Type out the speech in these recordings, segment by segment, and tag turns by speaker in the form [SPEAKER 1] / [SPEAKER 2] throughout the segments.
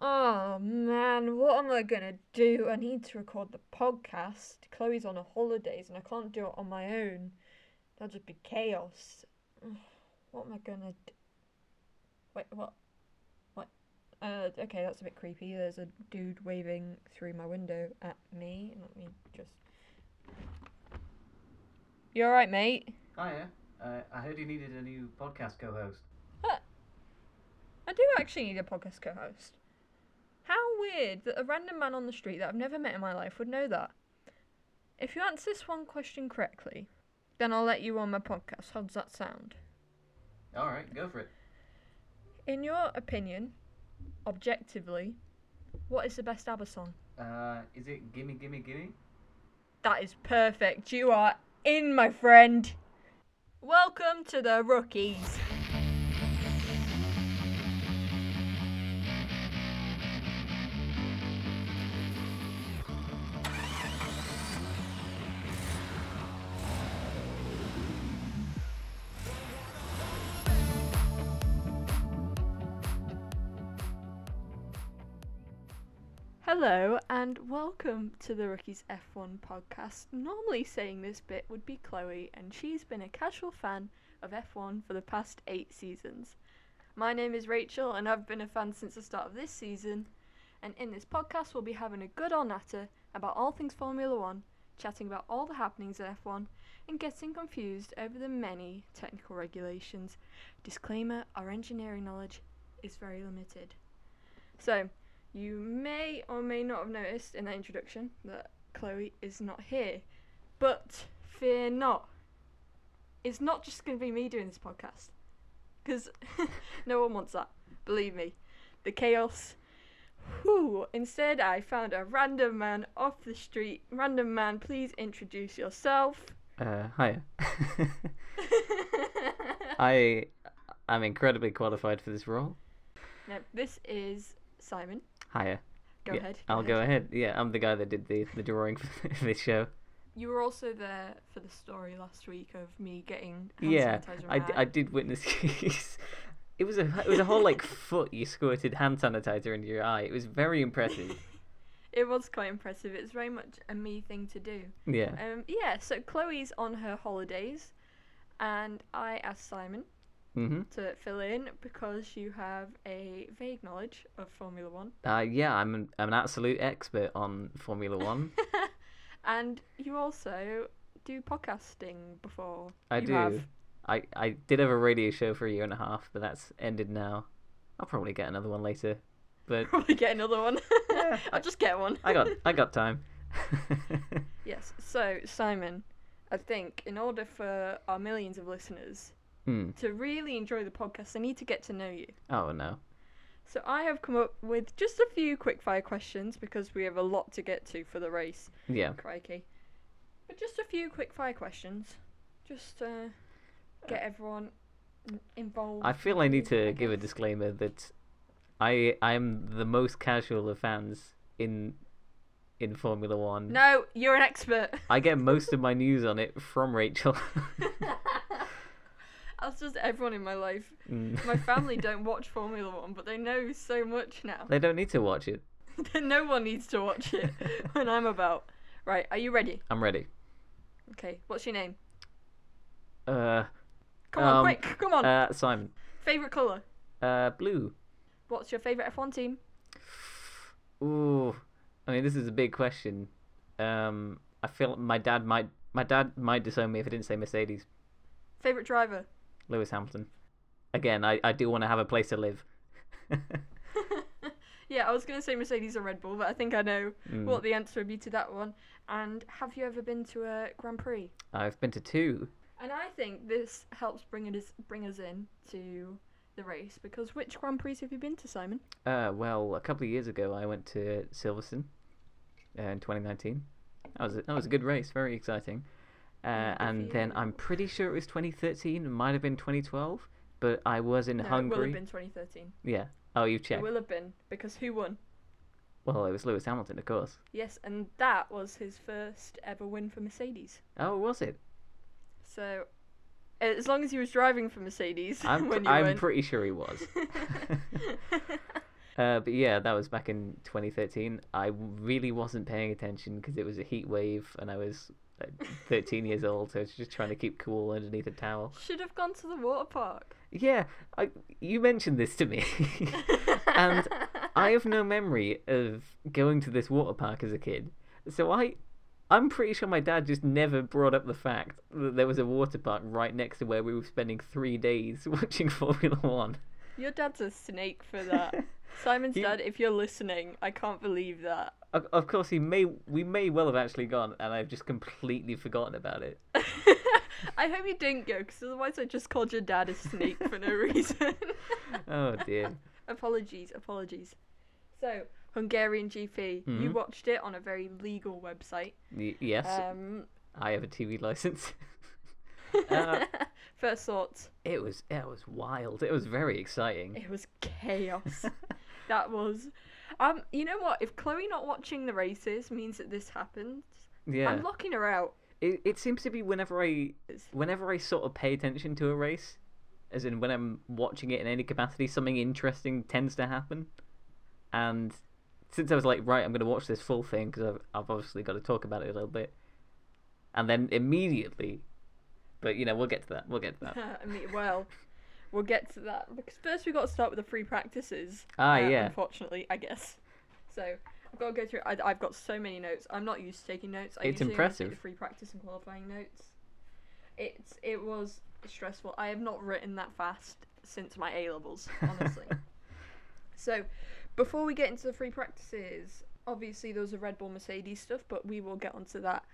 [SPEAKER 1] Oh, I gonna do? I need to record the podcast. Chloe's on her holidays and I can't do it on my own. That'll just be chaos. What am I gonna do? Wait, what? What? Uh, okay, that's a bit creepy. There's a dude waving through my window at me. Let me just. You alright, mate?
[SPEAKER 2] Hiya. Uh, I heard you needed a new podcast co-host.
[SPEAKER 1] I do actually need a podcast co host. How weird that a random man on the street that I've never met in my life would know that. If you answer this one question correctly, then I'll let you on my podcast. How does that sound?
[SPEAKER 2] All right, go for it.
[SPEAKER 1] In your opinion, objectively, what is the best ABBA song?
[SPEAKER 2] Uh, is it Gimme Gimme Gimme?
[SPEAKER 1] That is perfect. You are in, my friend. Welcome to the rookies. Hello and welcome to the Rookies F1 podcast. Normally, saying this bit would be Chloe, and she's been a casual fan of F1 for the past eight seasons. My name is Rachel, and I've been a fan since the start of this season. And in this podcast, we'll be having a good old natter about all things Formula One, chatting about all the happenings at F1, and getting confused over the many technical regulations. Disclaimer our engineering knowledge is very limited. So, you may or may not have noticed in that introduction that Chloe is not here. But fear not. It's not just going to be me doing this podcast. Because no one wants that. Believe me. The chaos. Whew. Instead, I found a random man off the street. Random man, please introduce yourself.
[SPEAKER 3] Uh, hiya. I am incredibly qualified for this role.
[SPEAKER 1] now, this is Simon.
[SPEAKER 3] Hiya.
[SPEAKER 1] Go
[SPEAKER 3] Yeah,
[SPEAKER 1] ahead.
[SPEAKER 3] I'll go ahead. Yeah, I'm the guy that did the, the drawing for this show.
[SPEAKER 1] You were also there for the story last week of me getting hand
[SPEAKER 3] yeah,
[SPEAKER 1] sanitizer. in my
[SPEAKER 3] I, d-
[SPEAKER 1] eye.
[SPEAKER 3] I did witness. it was a it was a whole like foot you squirted hand sanitizer into your eye. It was very impressive.
[SPEAKER 1] It was quite impressive. It's very much a me thing to do.
[SPEAKER 3] Yeah.
[SPEAKER 1] Um, yeah, so Chloe's on her holidays, and I asked Simon
[SPEAKER 3] Mm-hmm.
[SPEAKER 1] to fill in because you have a vague knowledge of Formula One,
[SPEAKER 3] Uh, yeah, I'm an, I'm an absolute expert on Formula One.
[SPEAKER 1] and you also do podcasting before.
[SPEAKER 3] I
[SPEAKER 1] you
[SPEAKER 3] do.
[SPEAKER 1] Have.
[SPEAKER 3] I, I did have a radio show for a year and a half, but that's ended now. I'll probably get another one later, but
[SPEAKER 1] Probably get another one.
[SPEAKER 3] Yeah,
[SPEAKER 1] I'll
[SPEAKER 3] I-
[SPEAKER 1] just get one.
[SPEAKER 3] I got I got time.
[SPEAKER 1] Yes. So Simon, I think in order for our millions of listeners
[SPEAKER 3] Hmm.
[SPEAKER 1] to really enjoy the podcast, they need to get to know you.
[SPEAKER 3] Oh no.
[SPEAKER 1] So I have come up with just a few quickfire questions because we have a lot to get to for the race.
[SPEAKER 3] Yeah.
[SPEAKER 1] Crikey. But just a few quickfire questions. Just uh, get everyone n- involved.
[SPEAKER 3] I feel I need to give a disclaimer that I I'm the most casual of fans in in Formula One.
[SPEAKER 1] No, you're an expert.
[SPEAKER 3] I get most of my news on it from Rachel.
[SPEAKER 1] That's just everyone in my life.
[SPEAKER 3] Mm.
[SPEAKER 1] My family don't watch Formula One, but they know so much now.
[SPEAKER 3] they don't need to watch it.
[SPEAKER 1] that no one needs to watch it when I'm about. Right, are you ready?
[SPEAKER 3] I'm ready.
[SPEAKER 1] Okay, what's your name?
[SPEAKER 3] Uh,
[SPEAKER 1] Come on,
[SPEAKER 3] Um,
[SPEAKER 1] quick, come on.
[SPEAKER 3] uh Simon.
[SPEAKER 1] favourite colour?
[SPEAKER 3] Uh, blue.
[SPEAKER 1] What's your favourite F1 team?
[SPEAKER 3] Ooh, I mean, this is a big question. Um, I feel my dad might my dad might disown me if I didn't say Mercedes.
[SPEAKER 1] Favourite driver?
[SPEAKER 3] Lewis Hamilton. Again, I, I do want to have a place to live.
[SPEAKER 1] yeah, I was going to say Mercedes or Red Bull, but I think I know
[SPEAKER 3] Mm.
[SPEAKER 1] what the answer would be to that one. And have you ever been to a Grand Prix?
[SPEAKER 3] I've been to two.
[SPEAKER 1] And I think this helps bring us bring us in to the race because which Grand Prix have you been to, Simon?
[SPEAKER 3] Uh, well, a couple of years ago, I went to Silverstone uh, in 2019. That was a, that was a good race, very exciting. Uh,
[SPEAKER 1] good for
[SPEAKER 3] and then
[SPEAKER 1] you.
[SPEAKER 3] I'm pretty sure it was 2013. It might have been 2012, but I was in
[SPEAKER 1] No, it will
[SPEAKER 3] Hungary.
[SPEAKER 1] have been 2013.
[SPEAKER 3] Yeah. Oh, you've
[SPEAKER 1] It
[SPEAKER 3] checked.
[SPEAKER 1] will have been because who won?
[SPEAKER 3] Well, it was Lewis Hamilton, of course.
[SPEAKER 1] Yes, and that was his first ever win for Mercedes.
[SPEAKER 3] Oh, was it?
[SPEAKER 1] So, as long as he was driving for Mercedes
[SPEAKER 3] I'm,
[SPEAKER 1] when
[SPEAKER 3] pr-
[SPEAKER 1] you
[SPEAKER 3] I'm
[SPEAKER 1] won.
[SPEAKER 3] pretty sure he was. Uh, but yeah, that was back in 2013. I really wasn't paying attention because it was a heat wave and I was like, 13 years old, so I was just trying to keep cool underneath a towel.
[SPEAKER 1] Should have gone to the water park.
[SPEAKER 3] Yeah, I, you mentioned this to me. And I have no memory of going to this water park as a kid. So I I'm pretty sure my dad just never brought up the fact that there was a water park right next to where we were spending 3 days watching Formula 1.
[SPEAKER 1] Your dad's a snake for that. Simon's
[SPEAKER 3] He-
[SPEAKER 1] dad, if you're listening, I can't believe that.
[SPEAKER 3] Of of course he may we may well have actually gone and I've just completely forgotten about it.
[SPEAKER 1] I hope you didn't go, because otherwise I just called your dad a snake for no reason.
[SPEAKER 3] Oh dear.
[SPEAKER 1] apologies, apologies. So, Hungarian GP, you
[SPEAKER 3] Mhm.
[SPEAKER 1] watched it on a very legal website.
[SPEAKER 3] Y- yes,
[SPEAKER 1] Um,
[SPEAKER 3] I have a TV license. Uh,
[SPEAKER 1] first thoughts,
[SPEAKER 3] it was it was wild. It was very exciting.
[SPEAKER 1] it was chaos. that was. Um, you know what? If Chloe not watching the races means that this happens,
[SPEAKER 3] Yeah.
[SPEAKER 1] I'm locking her out.
[SPEAKER 3] It, it seems to be whenever I whenever I sort of pay attention to a race, as in when I'm watching it in any capacity, something interesting tends to happen. And since I was like, right, I'm going to watch this full thing because I've, I've obviously got to talk about it a little bit, and then immediately, but you know, we'll get to that. We'll get to that.
[SPEAKER 1] I mean, well, we'll get to that because first we got to start with the free practices.
[SPEAKER 3] Ah,
[SPEAKER 1] uh,
[SPEAKER 3] yeah.
[SPEAKER 1] Unfortunately, I guess. So I've got to go through. I, I've got so many notes. I'm not used to taking notes. I
[SPEAKER 3] It's
[SPEAKER 1] usually only take the
[SPEAKER 3] impressive.
[SPEAKER 1] free practice and qualifying notes. It's it was stressful. I have not written that fast since my A levels, honestly. so before we get into the free practices, obviously there was a Red Bull Mercedes stuff, but we will get onto that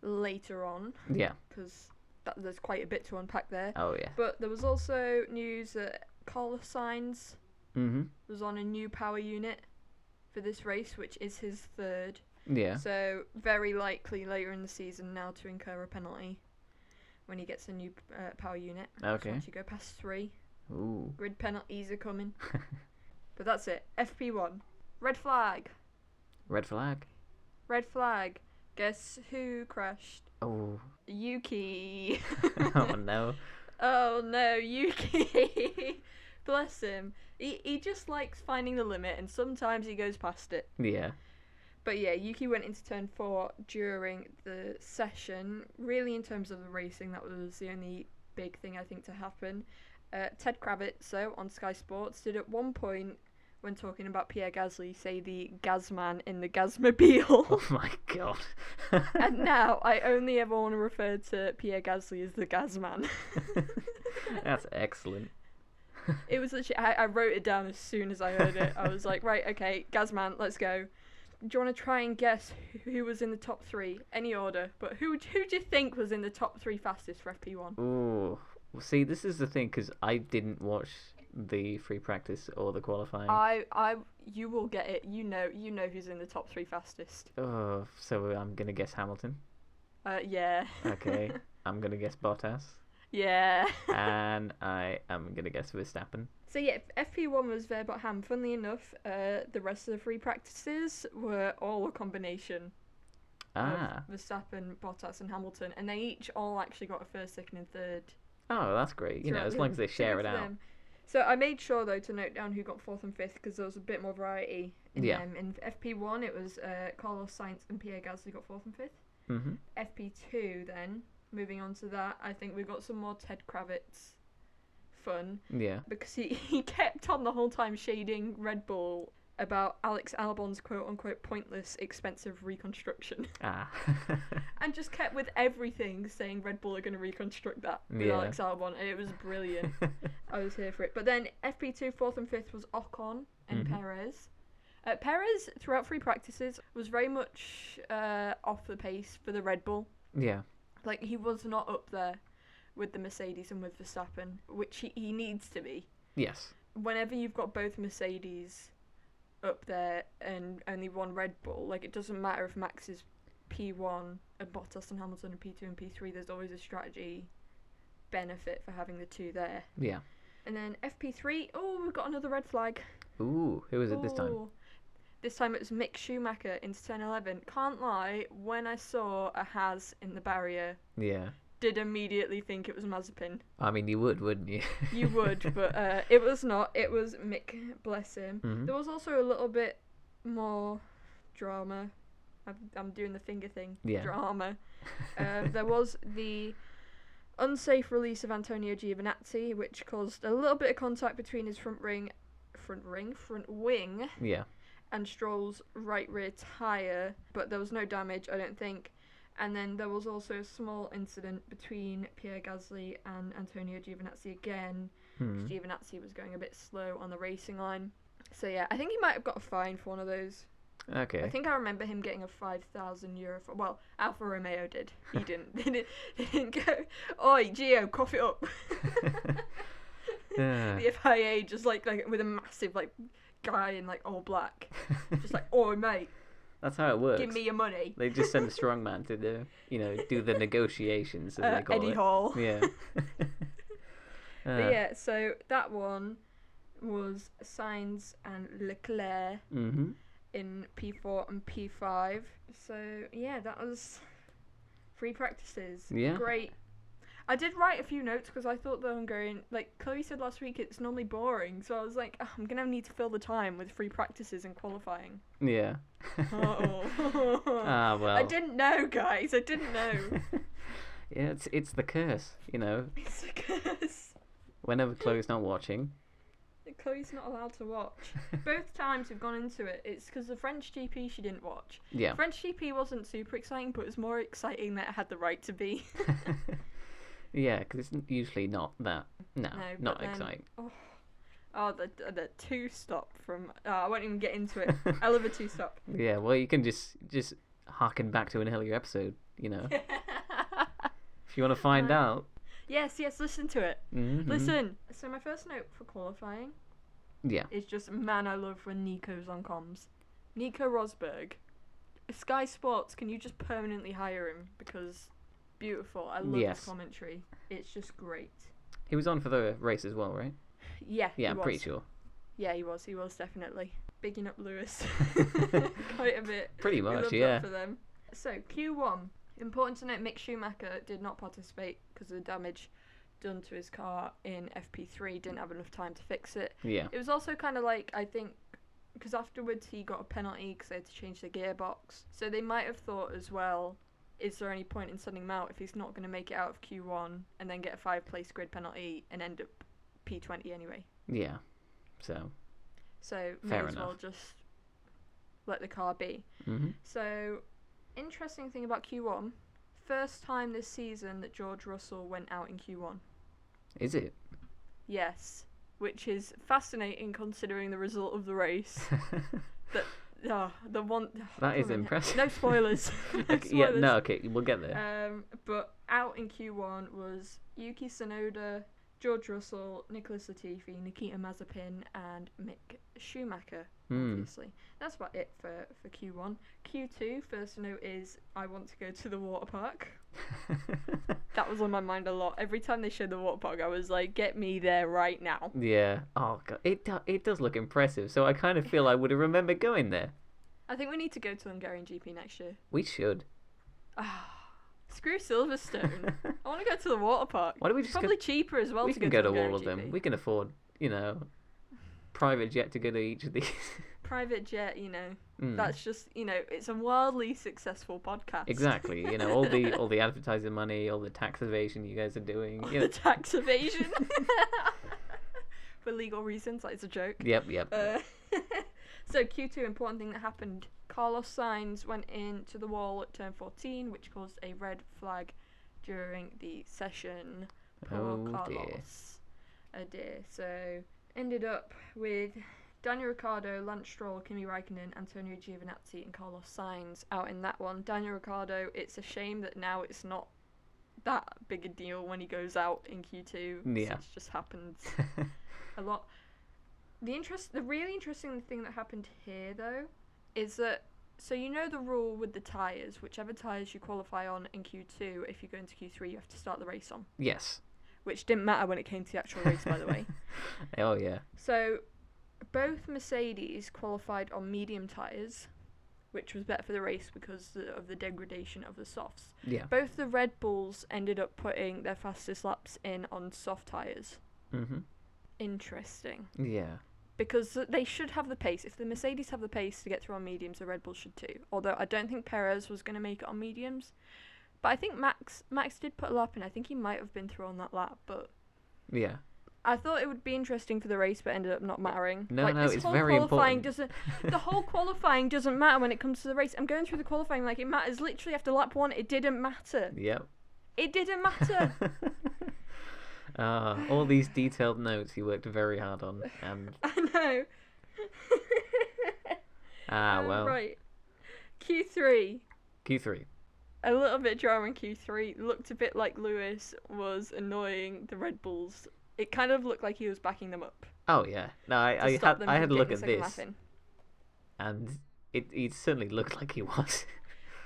[SPEAKER 1] later on
[SPEAKER 3] yeah.
[SPEAKER 1] because there's quite a bit to unpack there.
[SPEAKER 3] Oh yeah.
[SPEAKER 1] But there was also news that Carlos Sainz
[SPEAKER 3] Mhm.
[SPEAKER 1] was on a new power unit for this race, which is his third.
[SPEAKER 3] Yeah.
[SPEAKER 1] So very likely later in the season now to incur a penalty when he gets a new uh, power unit. So
[SPEAKER 3] Okay.
[SPEAKER 1] Once you go past three,
[SPEAKER 3] Ooh.
[SPEAKER 1] grid penalties are coming. but that's it. FP1. Red flag.
[SPEAKER 3] Red flag.
[SPEAKER 1] Red flag. Guess who crashed?
[SPEAKER 3] Oh.
[SPEAKER 1] Yuki.
[SPEAKER 3] oh no.
[SPEAKER 1] Oh no, Yuki! Bless him. He, he just likes finding the limit and sometimes he goes past it.
[SPEAKER 3] Yeah.
[SPEAKER 1] But yeah, Yuki went into turn four during the session. Really, in terms of the racing, that was the only big thing I think to happen. Uh, Ted Kravitz, so on Sky Sports, did at one point, when talking about Pierre Gasly, say the Gasman in the Gasmobile.
[SPEAKER 3] Oh my god.
[SPEAKER 1] and now I only ever want to refer to Pierre Gasly as the Gasman.
[SPEAKER 3] That's excellent.
[SPEAKER 1] It was literally, I, I wrote it down as soon as I heard it. I was like, right, okay, Gazman, let's go. Do you want to try and guess who was in the top three? Any order, but who would- who do you think was in the top three fastest for FP1?
[SPEAKER 3] Ooh. Well, see, this is the thing because I didn't watch the free practice or the qualifying.
[SPEAKER 1] I, I, you will get it. You know, you know who's in the top three fastest.
[SPEAKER 3] Oh, so I'm gonna guess Hamilton.
[SPEAKER 1] Uh, yeah.
[SPEAKER 3] Okay. I'm gonna guess Bottas,
[SPEAKER 1] yeah.
[SPEAKER 3] and I am gonna guess Verstappen.
[SPEAKER 1] So yeah, FP1 was there, but Ham. Funnily enough, uh, the rest of the free practices were all a combination
[SPEAKER 3] Ah.
[SPEAKER 1] of Verstappen, Bottas, and Hamilton, and they each all actually got a first, second, and third.
[SPEAKER 3] Oh, that's great. You know,
[SPEAKER 1] throughout
[SPEAKER 3] as
[SPEAKER 1] the-
[SPEAKER 3] long as they
[SPEAKER 1] so
[SPEAKER 3] share
[SPEAKER 1] good
[SPEAKER 3] it
[SPEAKER 1] for
[SPEAKER 3] out.
[SPEAKER 1] them. So I made sure though to note down who got fourth and fifth because there was a bit more variety in
[SPEAKER 3] Yeah.
[SPEAKER 1] them. In FP1, it was uh, Carlos Sainz and Pierre Gasly got fourth and fifth.
[SPEAKER 3] Mm-hmm.
[SPEAKER 1] FP2, then moving on to that, I think we got some more Ted Kravitz fun
[SPEAKER 3] Mm-hmm. Yeah.
[SPEAKER 1] because he, he kept on the whole time shading Red Bull about Alex Albon's quote unquote pointless expensive reconstruction
[SPEAKER 3] Ah.
[SPEAKER 1] and just kept with everything saying Red Bull are going to reconstruct that with
[SPEAKER 3] Yeah.
[SPEAKER 1] Alex Albon and it was brilliant. I was here for it. But then FP2, fourth and fifth was Ocon and
[SPEAKER 3] Mhm.
[SPEAKER 1] Perez. Uh, Perez, throughout free practices, was very much uh, off the pace for the Red Bull.
[SPEAKER 3] yeah.
[SPEAKER 1] Like, he was not up there with the Mercedes and with Verstappen, which he, he needs to be.
[SPEAKER 3] Yes.
[SPEAKER 1] Whenever you've got both Mercedes up there and only one Red Bull, like, it doesn't matter if Max is P1 and Bottas and Hamilton and P2 and P3, there's always a strategy benefit for having the two there.
[SPEAKER 3] Yeah.
[SPEAKER 1] And then FP3. Oh, we've got another red flag.
[SPEAKER 3] Ooh, who was it this time?
[SPEAKER 1] Ooh. This time it was Mick Schumacher into turn 11. Can't lie, when I saw a Has in the barrier
[SPEAKER 3] Yeah.
[SPEAKER 1] did immediately think it was Mazepin.
[SPEAKER 3] I mean, you would, wouldn't you?
[SPEAKER 1] You would, but uh, it was not. It was Mick, bless him.
[SPEAKER 3] Mhm.
[SPEAKER 1] There was also a little bit more drama. I'm, I'm doing the finger thing.
[SPEAKER 3] Yeah.
[SPEAKER 1] Drama. Um, there was the unsafe release of Antonio Giovinazzi, which caused a little bit of contact between his front ring, front ring, front wing,
[SPEAKER 3] yeah.
[SPEAKER 1] and Stroll's right rear tyre, but there was no damage, I don't think. And then there was also a small incident between Pierre Gasly and Antonio Giovinazzi again.
[SPEAKER 3] Hmm.
[SPEAKER 1] Giovinazzi was going a bit slow on the racing line. So yeah, I think he might have got a fine for one of those.
[SPEAKER 3] Okay.
[SPEAKER 1] I think I remember him getting a five thousand euro. For, well, Alfa Romeo did. He didn't. They didn't, they didn't go. Oi, Gio, cough it up.
[SPEAKER 3] Yeah.
[SPEAKER 1] The FIA just like like with a massive like guy in like all black, just like, oi mate,
[SPEAKER 3] That's how it works.
[SPEAKER 1] give me your money.
[SPEAKER 3] They just send a strong man to do, you know, do the negotiations as
[SPEAKER 1] Uh,
[SPEAKER 3] they call
[SPEAKER 1] Eddie
[SPEAKER 3] it.
[SPEAKER 1] Hall.
[SPEAKER 3] Yeah.
[SPEAKER 1] But
[SPEAKER 3] Uh,
[SPEAKER 1] yeah, so that one was Signs and Leclerc.
[SPEAKER 3] mhm.
[SPEAKER 1] in P4 and P5. So yeah, that was free practices.
[SPEAKER 3] Yeah.
[SPEAKER 1] Great. I did write a few notes because I thought the Hungarian, like Chloe said last week, it's normally boring. So I was like, "Ah, I'm gonna need to fill the time with free practices and qualifying.
[SPEAKER 3] Yeah.
[SPEAKER 1] Oh.
[SPEAKER 3] ah well.
[SPEAKER 1] I didn't know, guys. I didn't know.
[SPEAKER 3] yeah, it's it's the curse, you know.
[SPEAKER 1] it's a curse.
[SPEAKER 3] Whenever Chloe's not watching.
[SPEAKER 1] that Chloe's not allowed to watch. Both times we've gone into it, it's because the French GP she didn't watch.
[SPEAKER 3] Yeah.
[SPEAKER 1] French GP wasn't super exciting, but it was more exciting that it had the right to be.
[SPEAKER 3] yeah, because it's n- usually not that. No,
[SPEAKER 1] No, but
[SPEAKER 3] not
[SPEAKER 1] then-
[SPEAKER 3] exciting.
[SPEAKER 1] Oh, the the two stop from. Oh, I won't even get into it. I love a two stop.
[SPEAKER 3] Yeah, well, you can just just harken back to an earlier episode, you know, if you want to find
[SPEAKER 1] Right.
[SPEAKER 3] out.
[SPEAKER 1] yes, yes. Listen to it.
[SPEAKER 3] Mhm.
[SPEAKER 1] Listen. So my first note for qualifying
[SPEAKER 3] Yeah.
[SPEAKER 1] is just man, I love when Nico's on comms. Nico Rosberg, Sky Sports. Can you just permanently hire him because beautiful. I love
[SPEAKER 3] Yes.
[SPEAKER 1] his commentary. It's just great.
[SPEAKER 3] He was on for the race as well, right?
[SPEAKER 1] Yeah. he
[SPEAKER 3] Yeah, I'm pretty
[SPEAKER 1] was.
[SPEAKER 3] sure.
[SPEAKER 1] Yeah, he was. He was definitely bigging up Lewis quite a bit.
[SPEAKER 3] Pretty
[SPEAKER 1] We
[SPEAKER 3] much,
[SPEAKER 1] loved
[SPEAKER 3] yeah.
[SPEAKER 1] That for them. So Q1. Important to note, Mick Schumacher did not participate because of the damage done to his car in FP3. Didn't have enough time to fix it.
[SPEAKER 3] Yeah.
[SPEAKER 1] It was also kind of like I think because afterwards he got a penalty because they had to change the gearbox. So they might have thought as well. Is there any point in sending him out if he's not going to make it out of Q1 and then get a five-place grid penalty and end up P20 anyway?
[SPEAKER 3] Yeah. So.
[SPEAKER 1] So may
[SPEAKER 3] Fair
[SPEAKER 1] as well
[SPEAKER 3] enough.
[SPEAKER 1] just let the car be.
[SPEAKER 3] hmm
[SPEAKER 1] So, interesting thing about Q1, first time this season that George Russell went out in Q1.
[SPEAKER 3] Is it?
[SPEAKER 1] Yes, which is fascinating considering the result of the race. Ah, the one
[SPEAKER 3] that is
[SPEAKER 1] Come on,
[SPEAKER 3] impressive.
[SPEAKER 1] No spoilers. no
[SPEAKER 3] Okay, yeah.
[SPEAKER 1] spoilers.
[SPEAKER 3] No. Okay. We'll get there.
[SPEAKER 1] Um, but out in Q1 was Yuki Tsunoda, George Russell, Nicholas Latifi, Nikita Mazepin, and Mick Schumacher.
[SPEAKER 3] Hmm.
[SPEAKER 1] obviously. That's about it for, for Q1. Q2, first note is I want to go to the water park. That was on my mind a lot. Every time they showed the water park, I was like, get me there right now.
[SPEAKER 3] yeah. Oh god. It do- it does look impressive. So I kind of feel I would have remembered going there.
[SPEAKER 1] I think we need to go to Hungarian GP next year.
[SPEAKER 3] We should.
[SPEAKER 1] Screw Silverstone. I want to go to the water park.
[SPEAKER 3] Why don't we just
[SPEAKER 1] Probably cheaper as well
[SPEAKER 3] go? We
[SPEAKER 1] to
[SPEAKER 3] can
[SPEAKER 1] go to
[SPEAKER 3] go to
[SPEAKER 1] Hungarian
[SPEAKER 3] all of them.
[SPEAKER 1] GP.
[SPEAKER 3] We can afford, you know, private jet to go to each of these.
[SPEAKER 1] Private jet, you know.
[SPEAKER 3] Mm.
[SPEAKER 1] That's just, you know, it's a wildly successful podcast.
[SPEAKER 3] Exactly. You know, all the all the advertising money, all the tax evasion you guys are doing. You know,
[SPEAKER 1] the tax evasion. For legal reasons, like it's a joke.
[SPEAKER 3] yep, yep.
[SPEAKER 1] Uh, so Q2 important thing that happened. Carlos Sainz went into the wall at turn 14, which caused a red flag during the session. Poor
[SPEAKER 3] Oh, dear.
[SPEAKER 1] Carlos. Oh dear. So ended up with Daniel Ricciardo, Lance Stroll, Kimi Raikkonen, Antonio Giovinazzi, and Carlos Sainz out in that one. Daniel Ricciardo. It's a shame that now it's not that big a deal when he goes out in Q2. 'cause
[SPEAKER 3] Yeah.
[SPEAKER 1] It's just happens a lot. The interest, the really interesting thing that happened here though, is that so you know the rule with the tires, whichever tires you qualify on in Q2, if you go into Q3, you have to start the race on,
[SPEAKER 3] yes.
[SPEAKER 1] which didn't matter when it came to the actual race, by the way.
[SPEAKER 3] Oh yeah.
[SPEAKER 1] So, both Mercedes qualified on medium tires, which was better for the race because the- of the degradation of the softs.
[SPEAKER 3] Yeah.
[SPEAKER 1] Both the Red Bulls ended up putting their fastest laps in on soft tyres.
[SPEAKER 3] hmm
[SPEAKER 1] Interesting.
[SPEAKER 3] Yeah.
[SPEAKER 1] Because th- they should have the pace. If the Mercedes have the pace to get through on mediums, the Red Bulls should too. Although I don't think Perez was going to make it on mediums. But I think Max Max did put a lap in. I think he might have been through on that lap, but
[SPEAKER 3] Yeah.
[SPEAKER 1] I thought it would be interesting for the race, but ended up not mattering.
[SPEAKER 3] No,
[SPEAKER 1] like,
[SPEAKER 3] no,
[SPEAKER 1] this
[SPEAKER 3] it's
[SPEAKER 1] whole
[SPEAKER 3] very
[SPEAKER 1] qualifying
[SPEAKER 3] important.
[SPEAKER 1] Doesn't the whole qualifying doesn't matter when it comes to the race? I'm going through the qualifying like it matters. Literally after lap one, it didn't matter.
[SPEAKER 3] Yep.
[SPEAKER 1] It didn't matter.
[SPEAKER 3] uh, all these detailed notes you worked very hard on, and
[SPEAKER 1] I know.
[SPEAKER 3] ah
[SPEAKER 1] Um,
[SPEAKER 3] well,
[SPEAKER 1] Right. Q3.
[SPEAKER 3] Q three.
[SPEAKER 1] A little bit drama in Q3. Looked a bit like Lewis was annoying the Red Bulls. It kind of looked like he was backing them up.
[SPEAKER 3] Oh yeah, no,
[SPEAKER 1] To
[SPEAKER 3] I, I
[SPEAKER 1] stop
[SPEAKER 3] had
[SPEAKER 1] them
[SPEAKER 3] I
[SPEAKER 1] from
[SPEAKER 3] had a look at
[SPEAKER 1] getting the second
[SPEAKER 3] this,
[SPEAKER 1] lap in.
[SPEAKER 3] and it it certainly looked like he was.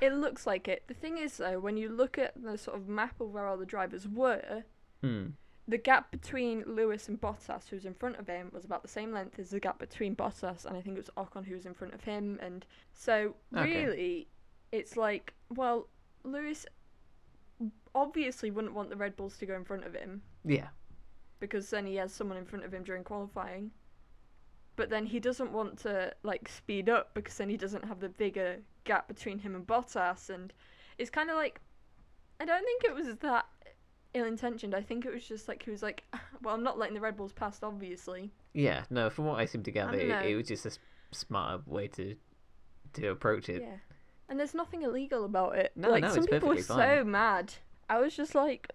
[SPEAKER 1] It looks like it. The thing is, though, when you look at the sort of map of where all the drivers were,
[SPEAKER 3] hmm.
[SPEAKER 1] the gap between Lewis and Bottas, who was in front of him, was about the same length as the gap between Bottas and I think it was Ocon who was in front of him. And so,
[SPEAKER 3] Okay.
[SPEAKER 1] really, it's like, well, Lewis obviously wouldn't want the Red Bulls to go in front of him
[SPEAKER 3] Yeah.
[SPEAKER 1] because then he has someone in front of him during qualifying. But then he doesn't want to like speed up because then he doesn't have the bigger gap between him and Bottas, and it's kind of like I don't think it was that ill-intentioned. I think it was just like he was like, well, I'm not letting the Red Bulls pass, obviously.
[SPEAKER 3] Yeah. No, from what I seem to gather,
[SPEAKER 1] don't know.
[SPEAKER 3] it, it was just a s- smarter way to to approach it.
[SPEAKER 1] Yeah, and there's nothing illegal about it.
[SPEAKER 3] No,
[SPEAKER 1] like
[SPEAKER 3] no,
[SPEAKER 1] some
[SPEAKER 3] it's
[SPEAKER 1] people were
[SPEAKER 3] perfectly
[SPEAKER 1] so
[SPEAKER 3] fine.
[SPEAKER 1] mad. I was just like,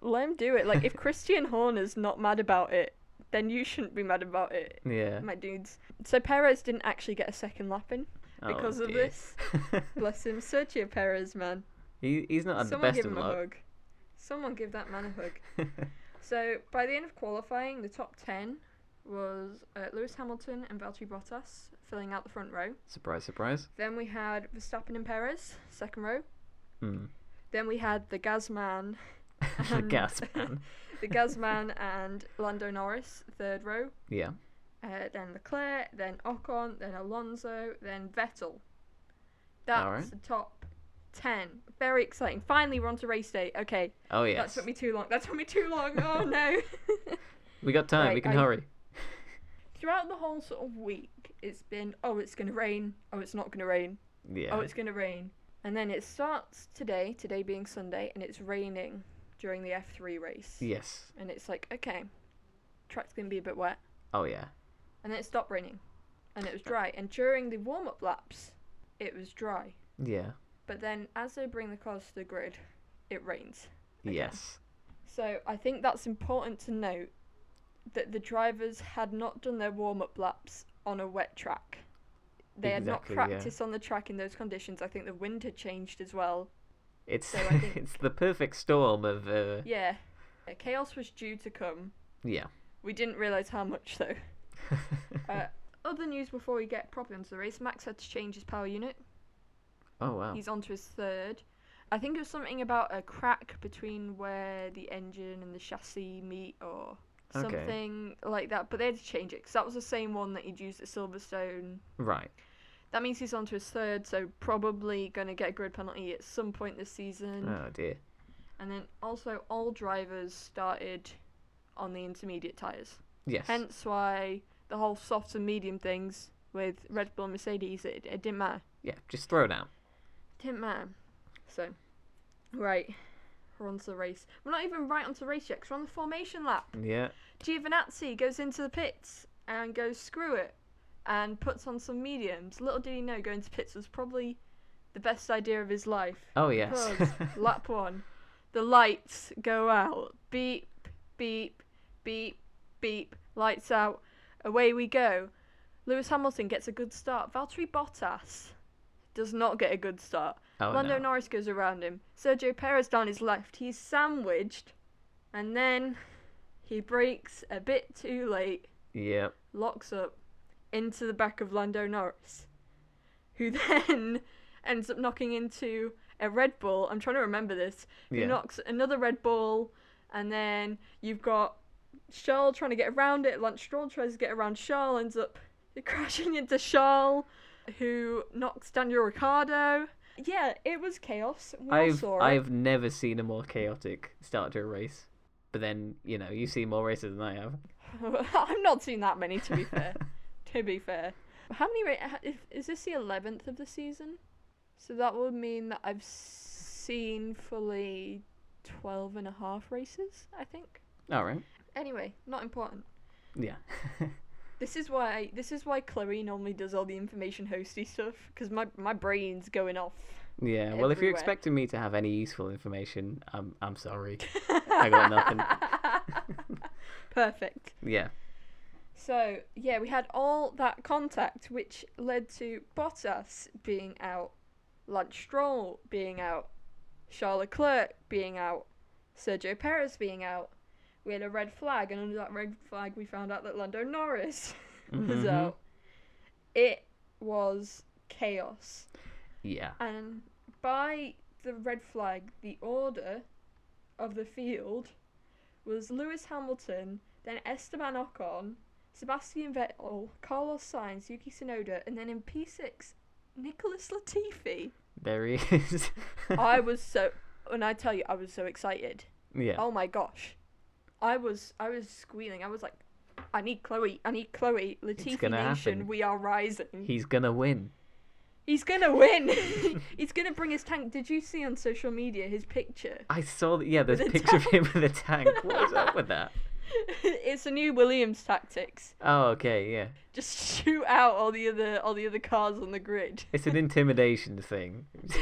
[SPEAKER 1] let him do it. Like if Christian Horner's not mad about it, then you shouldn't be mad about it.
[SPEAKER 3] Yeah.
[SPEAKER 1] my dudes. So Perez didn't actually get a second lap in
[SPEAKER 3] Oh,
[SPEAKER 1] because of
[SPEAKER 3] dear.
[SPEAKER 1] this. Bless him, Sergio Perez, man.
[SPEAKER 3] he, he's not had the
[SPEAKER 1] Someone
[SPEAKER 3] best
[SPEAKER 1] give
[SPEAKER 3] of
[SPEAKER 1] him a
[SPEAKER 3] luck.
[SPEAKER 1] hug. Someone give that man a hug. So by the end of qualifying, the top ten was uh, Lewis Hamilton and Valtteri Bottas filling out the front row.
[SPEAKER 3] surprise, surprise.
[SPEAKER 1] Then we had Verstappen and Perez second row.
[SPEAKER 3] Hmm.
[SPEAKER 1] Then we had the Gasman,
[SPEAKER 3] the
[SPEAKER 1] And-
[SPEAKER 3] gas man.
[SPEAKER 1] the Gasman and Lando Norris third row.
[SPEAKER 3] Yeah.
[SPEAKER 1] uh, then Leclerc, then Ocon, then Alonso, then Vettel. That's
[SPEAKER 3] Alright.
[SPEAKER 1] the top ten. Very exciting. Finally, we're on to race day. Okay,
[SPEAKER 3] Oh yes.
[SPEAKER 1] that took me too long. That took me too long. Oh no.
[SPEAKER 3] We got time. we
[SPEAKER 1] Right,
[SPEAKER 3] can
[SPEAKER 1] I-
[SPEAKER 3] hurry.
[SPEAKER 1] Throughout the whole sort of week, it's been oh, it's gonna rain. Oh, it's not gonna rain.
[SPEAKER 3] Yeah.
[SPEAKER 1] Oh, it's gonna rain. And then it starts today. Today being Sunday, and it's raining during the F3 race.
[SPEAKER 3] Yes.
[SPEAKER 1] And it's like okay, track's gonna be a bit wet.
[SPEAKER 3] Oh yeah.
[SPEAKER 1] and then it stopped raining and it was dry and during the warm-up laps it was dry
[SPEAKER 3] Yeah.
[SPEAKER 1] but then as they bring the cars to the grid it rains
[SPEAKER 3] Yes.
[SPEAKER 1] so i think that's important to note that the drivers had not done their warm-up laps on a wet track they had not
[SPEAKER 3] Exactly, yeah.
[SPEAKER 1] practiced on the track in those conditions i think the wind had changed as well
[SPEAKER 3] It's
[SPEAKER 1] So I think-
[SPEAKER 3] it's the perfect storm of uh,
[SPEAKER 1] yeah Uh, chaos was due to come
[SPEAKER 3] yeah.
[SPEAKER 1] we didn't realize how much though Uh, other news before we get properly into the race max had to change his power unit
[SPEAKER 3] oh wow.
[SPEAKER 1] He's on to his third. I think it was something about a crack between where the engine and the chassis meet or
[SPEAKER 3] Okay.
[SPEAKER 1] something like that. But they had to change it because that was the same one that he'd used at Silverstone.
[SPEAKER 3] Right.
[SPEAKER 1] That means he's on to his third, so probably going to get a grid penalty at some point this season.
[SPEAKER 3] Oh dear.
[SPEAKER 1] And then also, all drivers started on the intermediate tyres.
[SPEAKER 3] Yes.
[SPEAKER 1] Hence why the whole soft and medium things with Red Bull and Mercedes, it, it didn't matter.
[SPEAKER 3] Yeah. Just throw it out.
[SPEAKER 1] Didn't matter. So, right, we're on to the race. We're not even right onto the race yet 'cause we're on the formation lap.
[SPEAKER 3] Yeah.
[SPEAKER 1] Giovinazzi goes into the pits and goes screw it and puts on some mediums. Little did he know going to pits was probably the best idea of his life.
[SPEAKER 3] Oh yes.
[SPEAKER 1] Because lap one, the lights go out. Beep, beep, beep, beep. Lights out. Away we go. Lewis Hamilton gets a good start. Valtteri Bottas does not get a good start.
[SPEAKER 3] oh
[SPEAKER 1] Lando
[SPEAKER 3] no.
[SPEAKER 1] Norris goes around him. Sergio Perez down his left. He's sandwiched, and then he breaks a bit too late.
[SPEAKER 3] Yep.
[SPEAKER 1] Locks up into the back of Lando Norris, who then ends up knocking into a Red Bull. I'm trying to remember this. Who
[SPEAKER 3] Yeah.
[SPEAKER 1] knocks another Red Bull, and then you've got Charles trying to get around it. Lance Stroll tries to get around Charles, ends up crashing into Charles. who knocks Daniel Ricciardo. Yeah, it was chaos. We all
[SPEAKER 3] I've
[SPEAKER 1] saw it.
[SPEAKER 3] I've never seen a more chaotic start to a race. But then you know you see more races than I have.
[SPEAKER 1] I've not seen that many, to be fair. to be fair, how many? Ra- ha- if- is this the eleventh of the season? So that would mean that I've seen fully 12 and a half races. I think.
[SPEAKER 3] All right.
[SPEAKER 1] Anyway, not important.
[SPEAKER 3] Yeah.
[SPEAKER 1] This is why this is why Chloe normally does all the information hosty stuff because my my brain's going off.
[SPEAKER 3] yeah. Well, if
[SPEAKER 1] Everywhere.
[SPEAKER 3] you're expecting me to have any useful information, I'm I'm sorry. I got nothing.
[SPEAKER 1] Perfect.
[SPEAKER 3] yeah.
[SPEAKER 1] So yeah, we had all that contact, which led to Bottas being out, Lance Stroll being out, Charles Leclerc being out, Sergio Perez being out. We had a red flag, and under that red flag, we found out that Lando Norris was
[SPEAKER 3] Mhm.
[SPEAKER 1] out. It was chaos.
[SPEAKER 3] Yeah.
[SPEAKER 1] And by the red flag, the order of the field was Lewis Hamilton, then Esteban Ocon, Sebastian Vettel, Carlos Sainz, Yuki Tsunoda, and then in P6, Nicholas Latifi.
[SPEAKER 3] There he is.
[SPEAKER 1] I was so, when I tell you, I was so excited.
[SPEAKER 3] yeah.
[SPEAKER 1] Oh my gosh, I was, I was squealing. I was like, I need Chloe. I need Chloe. Latifi Nation,
[SPEAKER 3] gonna happen.
[SPEAKER 1] we are rising.
[SPEAKER 3] He's gonna win.
[SPEAKER 1] He's gonna win. He's gonna bring his tank. Did you see on social media his picture?
[SPEAKER 3] I saw that. Yeah, there's a
[SPEAKER 1] With a
[SPEAKER 3] picture of him with a tank. What is up with that?
[SPEAKER 1] it's a new Williams tactics.
[SPEAKER 3] Oh, okay. Yeah.
[SPEAKER 1] Just shoot out all the other all the other cars on the grid.
[SPEAKER 3] It's an intimidation thing. it's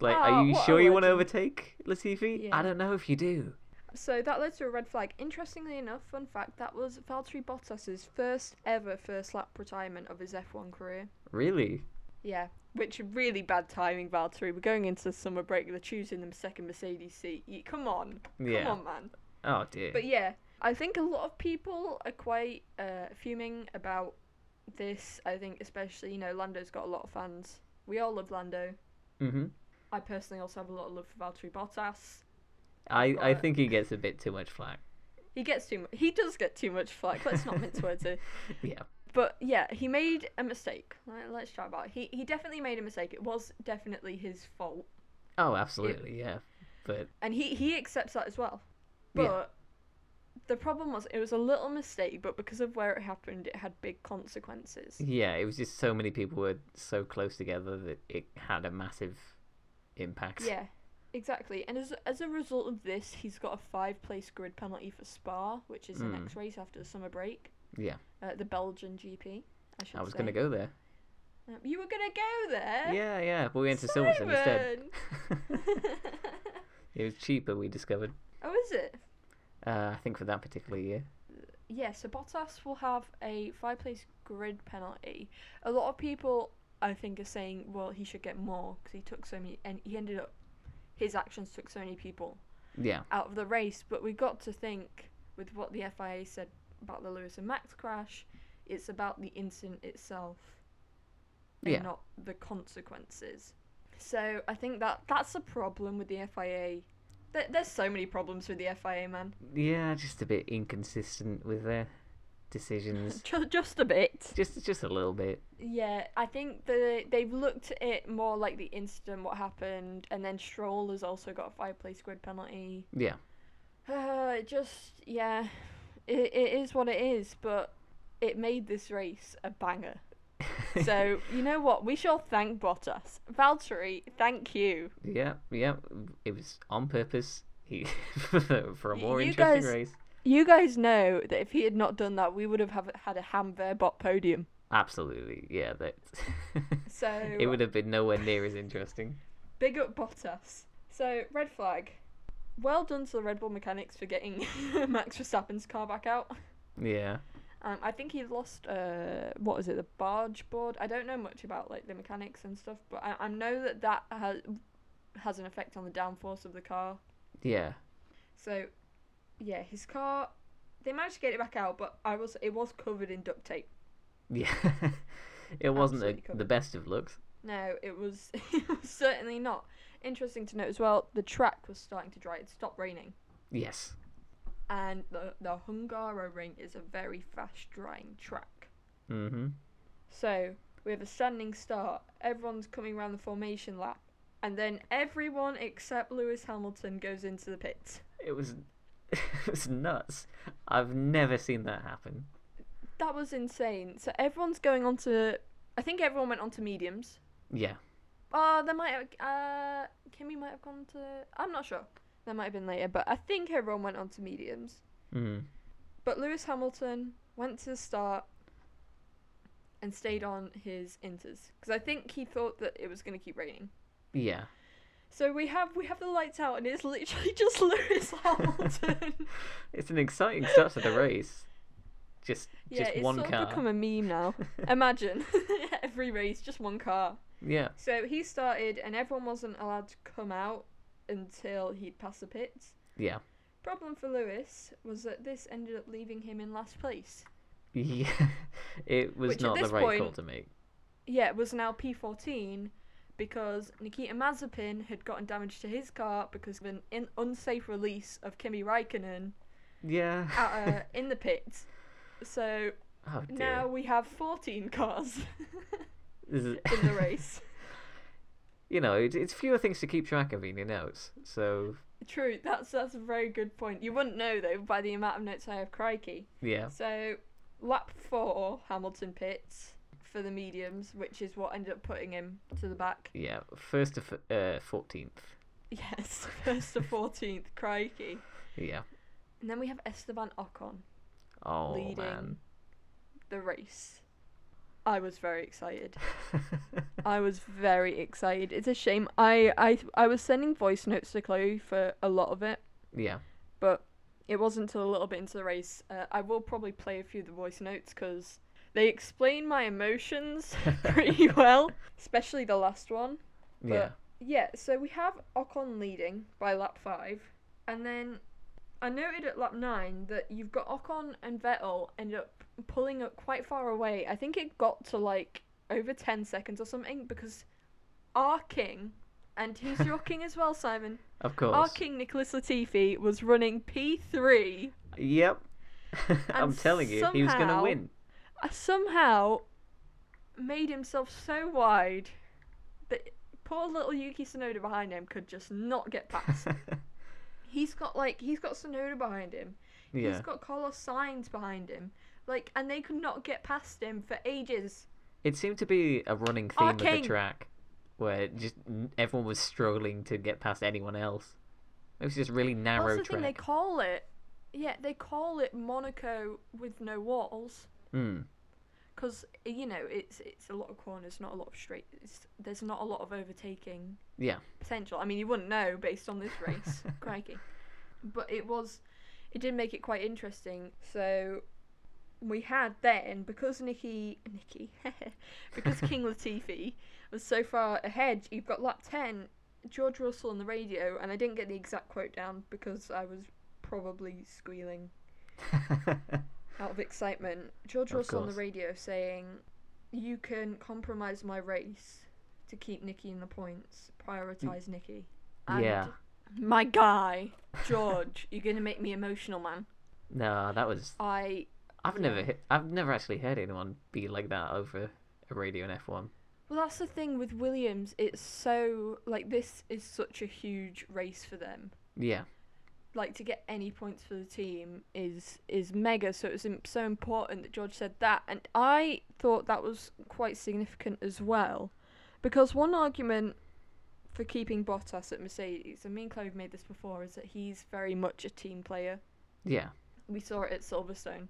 [SPEAKER 3] like,
[SPEAKER 1] Ah,
[SPEAKER 3] are you
[SPEAKER 1] what a
[SPEAKER 3] sure you want to
[SPEAKER 1] legend.
[SPEAKER 3] overtake Latifi?
[SPEAKER 1] Yeah.
[SPEAKER 3] I don't know if you do.
[SPEAKER 1] So that led to a red flag. Interestingly enough, fun fact, that was Valtteri Bottas's first ever first lap retirement of his F1 career.
[SPEAKER 3] Really?
[SPEAKER 1] Yeah, which really bad timing, Valtteri. We're going into the summer break. They're choosing them second Mercedes seat. Y- Come on,
[SPEAKER 3] Yeah.
[SPEAKER 1] come on, man.
[SPEAKER 3] Oh dear.
[SPEAKER 1] But yeah, I think a lot of people are quite uh, fuming about this. I think especially, you know, Lando's got a lot of fans. We all love Lando.
[SPEAKER 3] hmm
[SPEAKER 1] I personally also have a lot of love for Valtteri Bottas.
[SPEAKER 3] I, I
[SPEAKER 1] But-
[SPEAKER 3] think he gets a bit too much flack.
[SPEAKER 1] He gets too much. He does get too much flack. Let's not mince words here.
[SPEAKER 3] Yeah.
[SPEAKER 1] But yeah, he made a mistake. Let- Let's try about. It. He he definitely made a mistake. It was definitely his fault,
[SPEAKER 3] Oh, absolutely. Yeah. But
[SPEAKER 1] and he he accepts that as well. But
[SPEAKER 3] Yeah.
[SPEAKER 1] the problem was it was a little mistake, but because of where it happened, it had big consequences.
[SPEAKER 3] yeah, it was just so many people were so close together that it had a massive impact.
[SPEAKER 1] Yeah, exactly. And as as a result of this, he's got a five place grid penalty for Spa, which is the
[SPEAKER 3] Mm.
[SPEAKER 1] next race after the summer break.
[SPEAKER 3] Yeah.
[SPEAKER 1] Uh, the Belgian GP. I should
[SPEAKER 3] I was
[SPEAKER 1] say.
[SPEAKER 3] gonna go there.
[SPEAKER 1] Uh, you were gonna go there.
[SPEAKER 3] Yeah, yeah. But we went to Silverstone instead.
[SPEAKER 1] Uh, Simon!
[SPEAKER 3] it was cheaper. We discovered.
[SPEAKER 1] oh, is it?
[SPEAKER 3] Uh, I think for that particular year.
[SPEAKER 1] Yeah. So Bottas will have a five place grid penalty. A lot of people, I think, are saying, well, he should get more because he took so many, and he ended up, his actions took so many people
[SPEAKER 3] Yeah.
[SPEAKER 1] out of the race, but we got to think with what the FIA said about the Lewis and Max crash, it's about the incident itself and
[SPEAKER 3] Yeah.
[SPEAKER 1] not the consequences. So I think that that's a problem with the FIA. There, there's so many problems with the FIA, man.
[SPEAKER 3] Yeah, just a bit inconsistent with their decisions.
[SPEAKER 1] Just, just a bit.
[SPEAKER 3] just just a little bit.
[SPEAKER 1] Yeah, I think the they've looked at it more like the incident, what happened, and then Stroll has also got a five-place grid penalty.
[SPEAKER 3] Yeah.
[SPEAKER 1] Uh, it just yeah, it, it is what it is, but it made this race a banger. So you know what? We shall thank Bottas, Valtteri. Thank you.
[SPEAKER 3] yeah, yeah, it was on purpose. He for a
[SPEAKER 1] Y-
[SPEAKER 3] more
[SPEAKER 1] you
[SPEAKER 3] interesting
[SPEAKER 1] guys-
[SPEAKER 3] race.
[SPEAKER 1] You guys know that if he had not done that, we would have, have had a ham bot podium.
[SPEAKER 3] Absolutely, yeah. That
[SPEAKER 1] So
[SPEAKER 3] it would have been nowhere near as interesting.
[SPEAKER 1] big up Bottas. So red flag. Well done to the Red Bull mechanics for getting Max Verstappen's car back out.
[SPEAKER 3] Yeah,
[SPEAKER 1] Um, I think he lost uh, what was it, the barge board? I don't know much about like the mechanics and stuff, but I, I know that that has has an effect on the downforce of the car.
[SPEAKER 3] yeah,
[SPEAKER 1] So, yeah, his car, they managed to get it back out, but I was it was covered in duct tape.
[SPEAKER 3] yeah. it wasn't
[SPEAKER 1] Absolutely
[SPEAKER 3] the, the
[SPEAKER 1] covered.
[SPEAKER 3] best of looks.
[SPEAKER 1] No, it was, it was certainly not. Interesting to note as well, the track was starting to dry. It stopped raining,
[SPEAKER 3] Yes,
[SPEAKER 1] and the the Hungaro Ring is a very fast drying track.
[SPEAKER 3] mm-hmm.
[SPEAKER 1] So we have a standing start. Everyone's coming around the formation lap, and then everyone except Lewis Hamilton goes into the pits.
[SPEAKER 3] It was it was nuts. I've never seen that happen.
[SPEAKER 1] That was insane. So everyone's going on to. I think everyone went on to mediums.
[SPEAKER 3] Yeah.
[SPEAKER 1] Oh, there might have. Uh, Kimmy might have gone to. I'm not sure. That might have been later, but I think everyone went on to mediums.
[SPEAKER 3] Mm.
[SPEAKER 1] But Lewis Hamilton went to the start and stayed on his inters because I think he thought that it was going to keep raining.
[SPEAKER 3] Yeah.
[SPEAKER 1] So we have we have the lights out and it's literally just Lewis Hamilton.
[SPEAKER 3] It's an exciting start to the race. Just
[SPEAKER 1] yeah,
[SPEAKER 3] just
[SPEAKER 1] it's
[SPEAKER 3] one
[SPEAKER 1] sort
[SPEAKER 3] car.
[SPEAKER 1] of become a meme now. Imagine every race, just one car.
[SPEAKER 3] yeah.
[SPEAKER 1] So he started, and everyone wasn't allowed to come out until he'd passed the pits.
[SPEAKER 3] Yeah.
[SPEAKER 1] Problem for Lewis was that this ended up leaving him in last place.
[SPEAKER 3] Yeah. It was
[SPEAKER 1] Which at
[SPEAKER 3] not the
[SPEAKER 1] this
[SPEAKER 3] right call
[SPEAKER 1] point-
[SPEAKER 3] to make.
[SPEAKER 1] Yeah, it was now P14 because Nikita Mazepin had gotten damage to his car because of an in- unsafe release of Kimi Raikkonen
[SPEAKER 3] Yeah.
[SPEAKER 1] out, uh, in the pits. So
[SPEAKER 3] oh dear.
[SPEAKER 1] now we have 14 cars
[SPEAKER 3] This is-
[SPEAKER 1] in the race.
[SPEAKER 3] you know, it, it's fewer things to keep track of in your notes. So
[SPEAKER 1] True, that's that's a very good point. You wouldn't know though by the amount of notes I have crikey.
[SPEAKER 3] yeah.
[SPEAKER 1] So, lap four, Hamilton pits for the mediums, which is what ended up putting him to the back.
[SPEAKER 3] Yeah. First to f- uh fourteenth.
[SPEAKER 1] Yes, first to 14th, crikey.
[SPEAKER 3] Yeah.
[SPEAKER 1] And then we have Esteban Ocon
[SPEAKER 3] Oh
[SPEAKER 1] leading
[SPEAKER 3] man.
[SPEAKER 1] the race. I was very excited. I was very excited. It's a shame. I, I, I was sending voice notes to Chloe for a lot of it,
[SPEAKER 3] yeah.
[SPEAKER 1] but it wasn't until a little bit into the race. Uh, I will probably play a few of the voice notes because they explain my emotions pretty well, especially the last one. But
[SPEAKER 3] Yeah.
[SPEAKER 1] yeah, so we have Ocon leading by lap five, and then I noted at lap nine that you've got Ocon and Vettel ended up pulling up quite far away. I think it got to like over ten seconds or something because our king, and he's your king as well, Simon.
[SPEAKER 3] Of course.
[SPEAKER 1] Our king Nicholas Latifi was running P three.
[SPEAKER 3] Yep. I'm telling you, he was going to
[SPEAKER 1] somehow-
[SPEAKER 3] win.
[SPEAKER 1] Uh, Somehow made himself so wide that poor little Yuki Tsunoda behind him could just not get past. he's got like he's got Sonoda behind him.
[SPEAKER 3] yeah.
[SPEAKER 1] He's got Carlos Sainz behind him. Like, and they could not get past him for ages.
[SPEAKER 3] It seemed to be a running theme
[SPEAKER 1] Our
[SPEAKER 3] of
[SPEAKER 1] king.
[SPEAKER 3] the track, where just n- everyone was struggling to get past anyone else. It was just really narrow
[SPEAKER 1] That's the thing they
[SPEAKER 3] track.
[SPEAKER 1] call it. Yeah, they call it Monaco with no walls
[SPEAKER 3] Mm.
[SPEAKER 1] because you know it's it's a lot of corners, not a lot of straight. It's, there's not a lot of overtaking
[SPEAKER 3] Yeah.
[SPEAKER 1] potential. I mean, you wouldn't know based on this race, crikey. But it was, it did make it quite interesting. So we had then because Nikki, Nikki, because King Latifi was so far ahead. You've got lap ten, George Russell on the radio, and I didn't get the exact quote down because I was probably squealing out of excitement. George
[SPEAKER 3] Of
[SPEAKER 1] Russell on the
[SPEAKER 3] course.
[SPEAKER 1] radio saying, "You can compromise my race to keep Nikki in the points. Prioritize Nikki." And
[SPEAKER 3] Mm. yeah.
[SPEAKER 1] My guy, George, you're gonna make me emotional, man.
[SPEAKER 3] No, that was.
[SPEAKER 1] I
[SPEAKER 3] I've
[SPEAKER 1] yeah.
[SPEAKER 3] never. He- I've never actually heard anyone be like that over a radio in F one.
[SPEAKER 1] well, that's the thing with Williams. It's so like this is such a huge race for them.
[SPEAKER 3] Yeah.
[SPEAKER 1] Like to get any points for the team is is mega. So it's im- so important that George said that, and I thought that was quite significant as well, because one argument for keeping Bottas at Mercedes, and me and Chloe have made this before, is that he's very much a team player.
[SPEAKER 3] Yeah.
[SPEAKER 1] we saw it at Silverstone,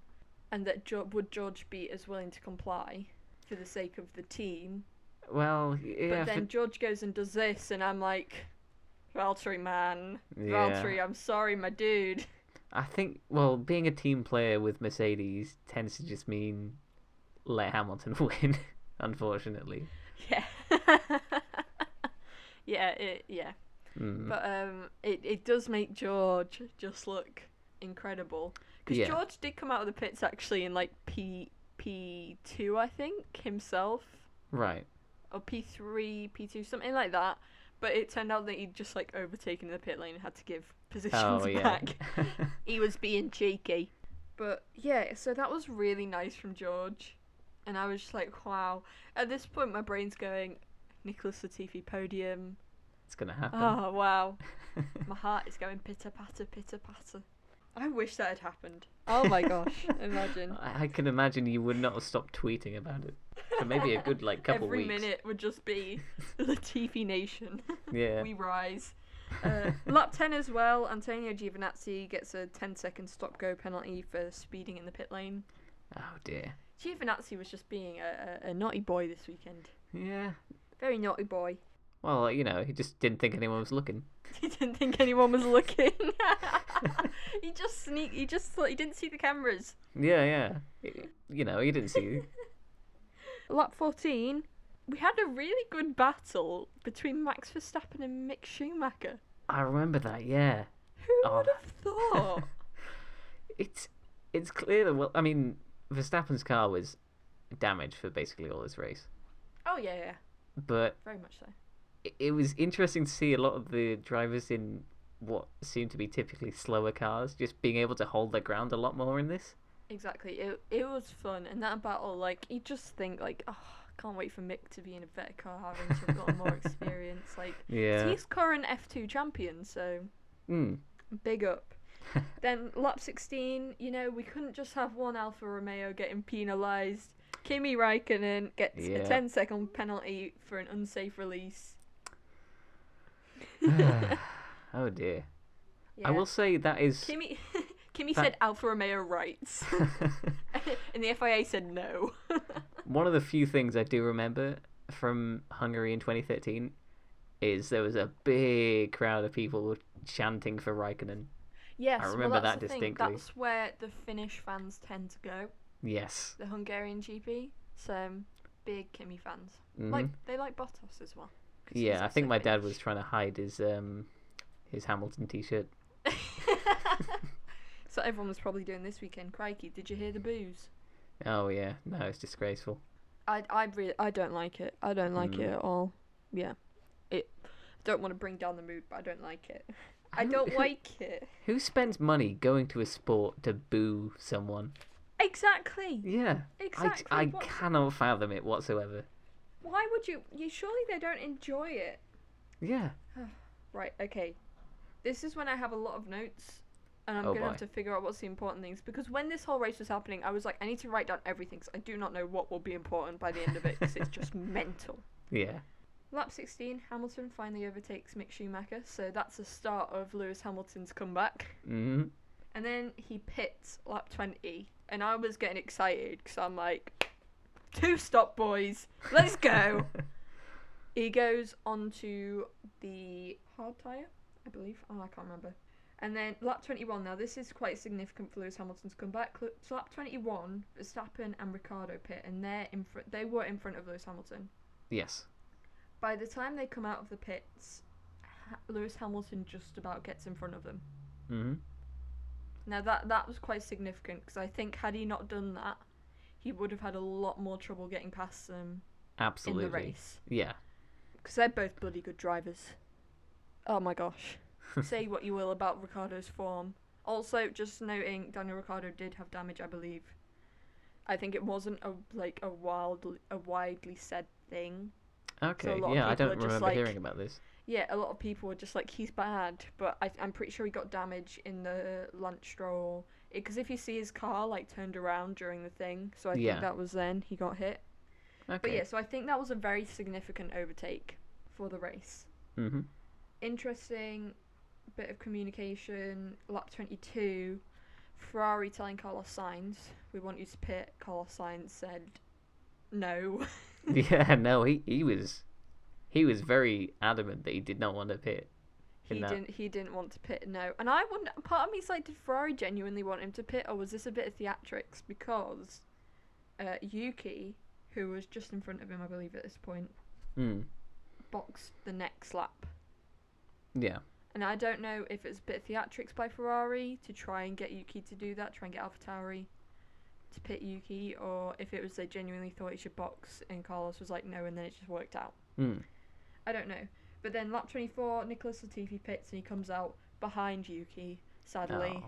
[SPEAKER 1] and that jo- would George be as willing to comply for the sake of the team?
[SPEAKER 3] Well. Yeah.
[SPEAKER 1] but then
[SPEAKER 3] for-
[SPEAKER 1] George goes and does this, and I'm like, Valtteri, man,
[SPEAKER 3] yeah.
[SPEAKER 1] Valtteri, I'm sorry, my dude.
[SPEAKER 3] I think well, being a team player with Mercedes tends to just mean let Hamilton win, unfortunately.
[SPEAKER 1] Yeah. yeah, it, yeah.
[SPEAKER 3] Mm.
[SPEAKER 1] But um, it it does make George just look incredible because
[SPEAKER 3] Yeah.
[SPEAKER 1] George did come out of the pits actually in like P P two I think himself.
[SPEAKER 3] Right.
[SPEAKER 1] or P3, P2, something like that. But it turned out that he'd just like overtaken the pit lane and had to give positions
[SPEAKER 3] Oh yeah.
[SPEAKER 1] back. he was being cheeky. But yeah, so that was really nice from George. and I was just like, wow. At this point, my brain's going, Nicholas Latifi podium.
[SPEAKER 3] It's gonna happen.
[SPEAKER 1] Oh wow, my heart is going pitter patter, pitter patter. I wish that had happened. Oh my gosh, imagine.
[SPEAKER 3] I, I can imagine you would not have stopped tweeting about it for maybe a good like couple
[SPEAKER 1] Every
[SPEAKER 3] weeks.
[SPEAKER 1] minute would just be Latifi Nation.
[SPEAKER 3] Yeah.
[SPEAKER 1] we rise. Uh, lap 10 as well, Antonio Giovinazzi gets a 10 second stop go penalty for speeding in the pit lane.
[SPEAKER 3] Oh dear.
[SPEAKER 1] Giovinazzi was just being a, a, a naughty boy this weekend.
[SPEAKER 3] Yeah.
[SPEAKER 1] Very naughty boy.
[SPEAKER 3] Well, you know, he just didn't think anyone was looking.
[SPEAKER 1] He didn't think anyone was looking. he just sneak. He just thought he didn't see the cameras.
[SPEAKER 3] Yeah, yeah. Y- You know, he didn't see you.
[SPEAKER 1] Lap 14, we had a really good battle between Max Verstappen and Mick Schumacher.
[SPEAKER 3] I remember that. Yeah.
[SPEAKER 1] Who
[SPEAKER 3] Oh,
[SPEAKER 1] would have thought?
[SPEAKER 3] It's it's clear that well, I mean, Verstappen's car was damaged for basically all his race,
[SPEAKER 1] oh yeah, yeah,
[SPEAKER 3] but
[SPEAKER 1] very much so.
[SPEAKER 3] it, it was interesting to see a lot of the drivers in what seemed to be typically slower cars just being able to hold their ground a lot more in this.
[SPEAKER 1] Exactly. It it was fun, and that battle, like, you just think, like, oh, can't wait for Mick to be in a better car and to have got more experience. Like,
[SPEAKER 3] Yeah.
[SPEAKER 1] he's current F2 champion, so
[SPEAKER 3] Mm.
[SPEAKER 1] big up. then lap 16, you know, we couldn't just have one Alfa Romeo getting penalised. Kimi Raikkonen gets
[SPEAKER 3] Yeah.
[SPEAKER 1] a 10 second penalty for an unsafe release.
[SPEAKER 3] oh dear.
[SPEAKER 1] Yeah.
[SPEAKER 3] I will say that is.
[SPEAKER 1] Kimi, Kimi
[SPEAKER 3] That-
[SPEAKER 1] said Alfa Romeo rights, and the FIA said no.
[SPEAKER 3] One of the few things I do remember from Hungary in 2013 is there was a big crowd of people chanting for Raikkonen.
[SPEAKER 1] Yes,
[SPEAKER 3] remember
[SPEAKER 1] well, that's
[SPEAKER 3] that
[SPEAKER 1] the
[SPEAKER 3] distinctly.
[SPEAKER 1] Thing. That's where the Finnish fans tend to go,
[SPEAKER 3] Yes.
[SPEAKER 1] the Hungarian GP. So big Kimi fans.
[SPEAKER 3] Mhm.
[SPEAKER 1] Like they like Bottas as well. 'cause he's
[SPEAKER 3] yeah, I
[SPEAKER 1] also
[SPEAKER 3] think my dad was
[SPEAKER 1] Finnish.
[SPEAKER 3] trying to hide his um his Hamilton T-shirt.
[SPEAKER 1] so everyone was probably doing this weekend. Crikey, did you hear
[SPEAKER 3] Mm.
[SPEAKER 1] the booze?
[SPEAKER 3] Oh yeah, no, it's disgraceful.
[SPEAKER 1] I I really I don't like it. I don't like
[SPEAKER 3] Mm.
[SPEAKER 1] it at all. Yeah, it. I don't want to bring down the mood, but I don't like it. I
[SPEAKER 3] Who-
[SPEAKER 1] don't
[SPEAKER 3] who-
[SPEAKER 1] like it.
[SPEAKER 3] Who spends money going to a sport to boo someone?
[SPEAKER 1] Exactly.
[SPEAKER 3] Yeah,
[SPEAKER 1] Exactly.
[SPEAKER 3] I, I
[SPEAKER 1] What's-
[SPEAKER 3] cannot fathom it whatsoever.
[SPEAKER 1] Why would you? You surely they don't enjoy it.
[SPEAKER 3] Yeah,
[SPEAKER 1] Right, okay. This is when I have a lot of notes and I'm
[SPEAKER 3] Oh,
[SPEAKER 1] going to
[SPEAKER 3] boy.
[SPEAKER 1] have to figure out what's the important things because when this whole race was happening, I was like, I need to write down everything 'cause I do not know what will be important by the end of it because it's just mental.
[SPEAKER 3] yeah,
[SPEAKER 1] Lap 16, Hamilton finally overtakes Mick Schumacher, so that's the start of Lewis Hamilton's comeback.
[SPEAKER 3] hmm
[SPEAKER 1] And then he pits lap 20, and I was getting excited because I'm like, two stop, boys, let's go. He goes onto the hard tyre, I believe. Oh, I can't remember. And then lap 21. Now, this is quite significant for Lewis Hamilton's comeback. Cl- So lap 21, Verstappen and Ricardo pit, and they're in fr- they were in front of Lewis Hamilton.
[SPEAKER 3] yes.
[SPEAKER 1] By the time they come out of the pits, ha- Lewis Hamilton just about gets in front of them.
[SPEAKER 3] hmm
[SPEAKER 1] Now, that, that was quite significant because I think had he not done that, he would have had a lot more trouble getting past them
[SPEAKER 3] Absolutely.
[SPEAKER 1] in the race.
[SPEAKER 3] Yeah.
[SPEAKER 1] Because they're both bloody good drivers. Oh my gosh. Say what you will about Ricardo's form. Also, just noting, Daniel Ricciardo did have damage, I believe. I think it wasn't a like a wildly a widely said thing.
[SPEAKER 3] Okay.
[SPEAKER 1] lot of
[SPEAKER 3] yeah,
[SPEAKER 1] people
[SPEAKER 3] I
[SPEAKER 1] are
[SPEAKER 3] don't
[SPEAKER 1] just
[SPEAKER 3] remember
[SPEAKER 1] like-
[SPEAKER 3] hearing about this.
[SPEAKER 1] Yeah, a lot of people were just like he's bad, but I, I'm pretty sure he got damage in the lunch stroll. Because if you see his car like turned around during the thing, so I
[SPEAKER 3] Yeah.
[SPEAKER 1] think that was then he got hit.
[SPEAKER 3] Okay.
[SPEAKER 1] But yeah, so I think that was a very significant overtake for the race.
[SPEAKER 3] hmm
[SPEAKER 1] interesting bit of communication. Lap 22, Ferrari telling Carlos Sainz, we want you to pit. Carlos Sainz said, no.
[SPEAKER 3] yeah, no, he, he was he was very adamant that he did not want to pit.
[SPEAKER 1] He
[SPEAKER 3] In that-
[SPEAKER 1] didn't. He didn't want to pit. No, and I wonder. Part of me's like, did Ferrari genuinely want him to pit, or was this a bit of theatrics? Because uh, Yuki, who was just in front of him, I believe at this point,
[SPEAKER 3] Mm.
[SPEAKER 1] boxed the next lap,
[SPEAKER 3] Yeah.
[SPEAKER 1] and I don't know if it's a bit of theatrics by Ferrari to try and get Yuki to do that, try and get AlphaTauri to pit Yuki, or if it was they genuinely thought he should box and Carlos was like no, and then it just worked out.
[SPEAKER 3] Mm.
[SPEAKER 1] I don't know. But then lap 24, Nicholas Latifi pits and he comes out behind Yuki. Sadly,
[SPEAKER 3] Oh.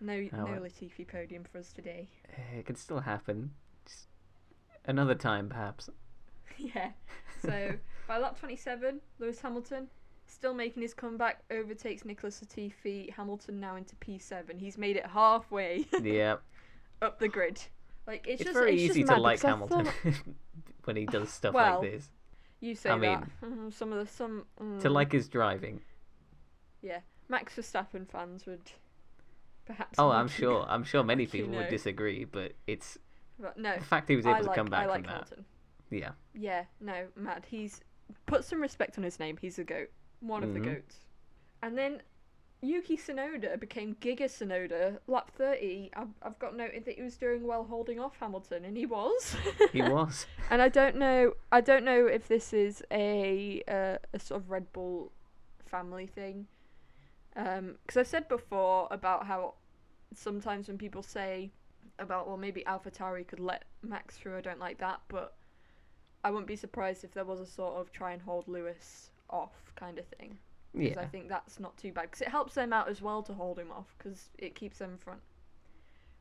[SPEAKER 1] no,
[SPEAKER 3] Oh,
[SPEAKER 1] no
[SPEAKER 3] well. Oh,
[SPEAKER 1] Latifi podium for us today.
[SPEAKER 3] Eh, It could still happen. Just Another time, perhaps.
[SPEAKER 1] yeah. So by lap 27, Lewis Hamilton still making his comeback, overtakes Nicholas Latifi. Hamilton now into P7. He's made it halfway
[SPEAKER 3] yeah,
[SPEAKER 1] up the grid. Like it's,
[SPEAKER 3] it's,
[SPEAKER 1] just
[SPEAKER 3] very
[SPEAKER 1] it's
[SPEAKER 3] easy
[SPEAKER 1] just
[SPEAKER 3] to
[SPEAKER 1] mad
[SPEAKER 3] like
[SPEAKER 1] because I thought-
[SPEAKER 3] Hamilton when he does stuff
[SPEAKER 1] Well,
[SPEAKER 3] like this.
[SPEAKER 1] You say
[SPEAKER 3] I
[SPEAKER 1] that. Mm, some of the some
[SPEAKER 3] To
[SPEAKER 1] mm,
[SPEAKER 3] like his driving.
[SPEAKER 1] Max Verstappen fans would perhaps.
[SPEAKER 3] Oh,
[SPEAKER 1] not
[SPEAKER 3] I'm sure. I'm sure many
[SPEAKER 1] Actually,
[SPEAKER 3] people would
[SPEAKER 1] no.
[SPEAKER 3] disagree, but it's
[SPEAKER 1] But no,
[SPEAKER 3] the fact he was
[SPEAKER 1] I
[SPEAKER 3] able to
[SPEAKER 1] like
[SPEAKER 3] come back
[SPEAKER 1] I like
[SPEAKER 3] from that.
[SPEAKER 1] Hamilton.
[SPEAKER 3] Yeah.
[SPEAKER 1] Yeah, no, mad. He's put some respect on his name. He's a goat, one of the
[SPEAKER 3] Mhm.
[SPEAKER 1] goats. And then Yuki Tsunoda became Giga Tsunoda lap thirty. I've, I've got noted that he was doing well holding off Hamilton, and he was.
[SPEAKER 3] He was.
[SPEAKER 1] And I don't know. I don't know if this is a uh, a sort of Red Bull family thing, because I've said before about how sometimes when people say about well maybe AlphaTauri could let Max through, I don't like that, but I wouldn't be surprised if there was a sort of try and hold Lewis off kind of thing. Because
[SPEAKER 3] Yeah.
[SPEAKER 1] I think that's not too bad because it helps them out as well to hold him off because it keeps them in front.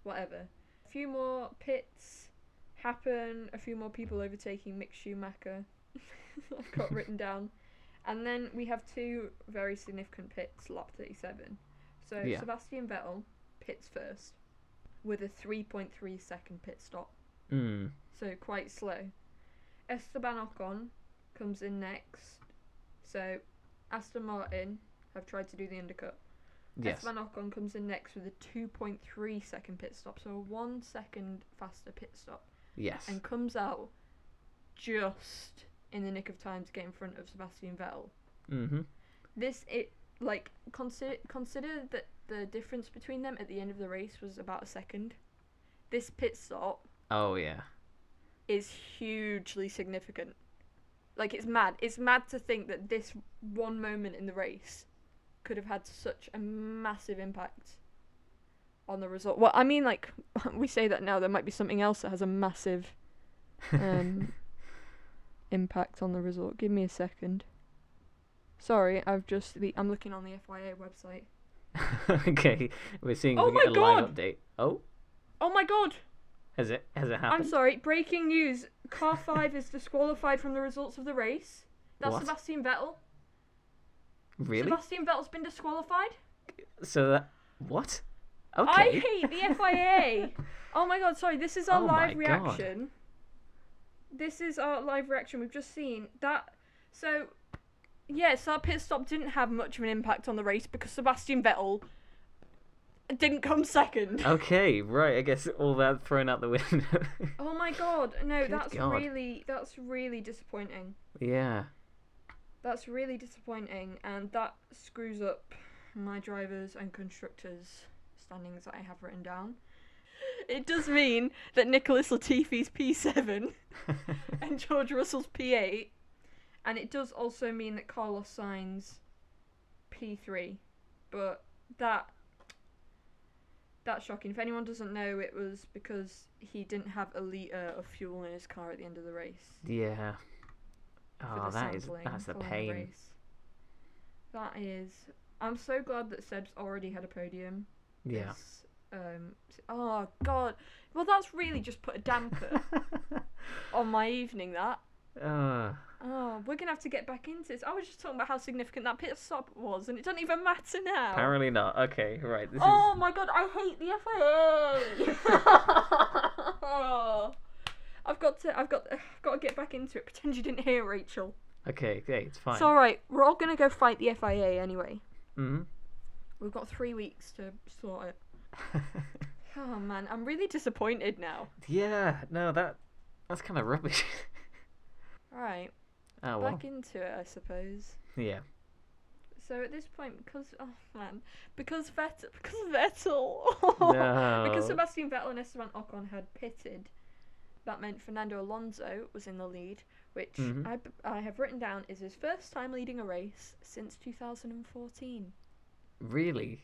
[SPEAKER 1] Whatever. A few more pits happen. A few more people overtaking Mick Schumacher. I've got written down, and then we have two very significant pits. Lap thirty-seven. So
[SPEAKER 3] Yeah.
[SPEAKER 1] Sebastian Vettel pits first with a three point three second pit stop
[SPEAKER 3] Mm.
[SPEAKER 1] so quite slow. Esteban Ocon comes in next. So Aston Martin have tried to do the undercut.
[SPEAKER 3] Yes.
[SPEAKER 1] Esteban Ocon comes in next with a 2.3 second pit stop, so a one second faster pit stop,
[SPEAKER 3] Yes.
[SPEAKER 1] and comes out just in the nick of time to get in front of Sebastian Vettel.
[SPEAKER 3] Mm-hmm.
[SPEAKER 1] This it like consider consider that the difference between them at the end of the race was about a second. This pit stop
[SPEAKER 3] Oh yeah.
[SPEAKER 1] is hugely significant. Like it's mad. It's mad to think that this one moment in the race could have had such a massive impact on the result. Well, I mean, like we say that now, there might be something else that has a massive um, impact on the result. Give me a second. Sorry, I've just the I'm looking on the FYA website.
[SPEAKER 3] okay. We're seeing if
[SPEAKER 1] Oh
[SPEAKER 3] we get
[SPEAKER 1] my
[SPEAKER 3] a live
[SPEAKER 1] God!
[SPEAKER 3] update. Oh,
[SPEAKER 1] Oh my god!
[SPEAKER 3] has it has it
[SPEAKER 1] I'm
[SPEAKER 3] happened?
[SPEAKER 1] sorry. Breaking news: Car Five is disqualified from the results of the race. That's
[SPEAKER 3] What?
[SPEAKER 1] Sebastian Vettel.
[SPEAKER 3] Really?
[SPEAKER 1] Sebastian Vettel's been disqualified.
[SPEAKER 3] So that what? Okay.
[SPEAKER 1] I hate the FIA. oh my god, sorry. This is our
[SPEAKER 3] Oh my
[SPEAKER 1] live
[SPEAKER 3] God.
[SPEAKER 1] reaction. This is our live reaction. We've just seen that. So, yeah, so that pit stop didn't have much of an impact on the race because Sebastian Vettel didn't come second.
[SPEAKER 3] okay. Right. I guess all that thrown out the window.
[SPEAKER 1] Oh my god, no,
[SPEAKER 3] Good
[SPEAKER 1] that's
[SPEAKER 3] God.
[SPEAKER 1] really that's really disappointing.
[SPEAKER 3] yeah.
[SPEAKER 1] That's really disappointing, and that screws up my drivers and constructors standings that I have written down. It does mean that Nicholas Latifi's P7 and George Russell's P8, and it does also mean that Carlos Sainz P3, but that that's shocking. If anyone doesn't know, it was because he didn't have a liter of fuel in his car at the end of the race
[SPEAKER 3] yeah.
[SPEAKER 1] for
[SPEAKER 3] Oh,
[SPEAKER 1] the
[SPEAKER 3] that is
[SPEAKER 1] sampling
[SPEAKER 3] that's the
[SPEAKER 1] following
[SPEAKER 3] pain.
[SPEAKER 1] race. That is. I'm so glad that Seb's already had a podium.
[SPEAKER 3] yeah.
[SPEAKER 1] It's, Um. s- Oh God. Well, that's really just put a damper on my evening. That.
[SPEAKER 3] uh,
[SPEAKER 1] Oh, we're gonna have to get back into this. I was just talking about how significant that pit stop was, and it doesn't even matter now.
[SPEAKER 3] apparently not. Okay. Right. This
[SPEAKER 1] oh my God! I hate the FIA. I've got to. I've got. I've got to get back into it. Pretend you didn't hear, Rachel.
[SPEAKER 3] is okay. Okay. It's fine.
[SPEAKER 1] It's all right. We're all gonna go fight the FIA anyway.
[SPEAKER 3] hmm
[SPEAKER 1] We've got three weeks to sort it. Oh man, I'm really disappointed now.
[SPEAKER 3] yeah. No. That that's kind of rubbish.
[SPEAKER 1] All right,
[SPEAKER 3] oh well.
[SPEAKER 1] back into it, I suppose.
[SPEAKER 3] Yeah.
[SPEAKER 1] So at this point, because oh man, because Vettel, because Vettel,
[SPEAKER 3] No.
[SPEAKER 1] Oh, because Sebastian Vettel and Esteban Ocon had pitted, that meant Fernando Alonso was in the lead, which
[SPEAKER 3] Mhm.
[SPEAKER 1] I, b- I have written down is his first time leading a race since 2014.
[SPEAKER 3] Really.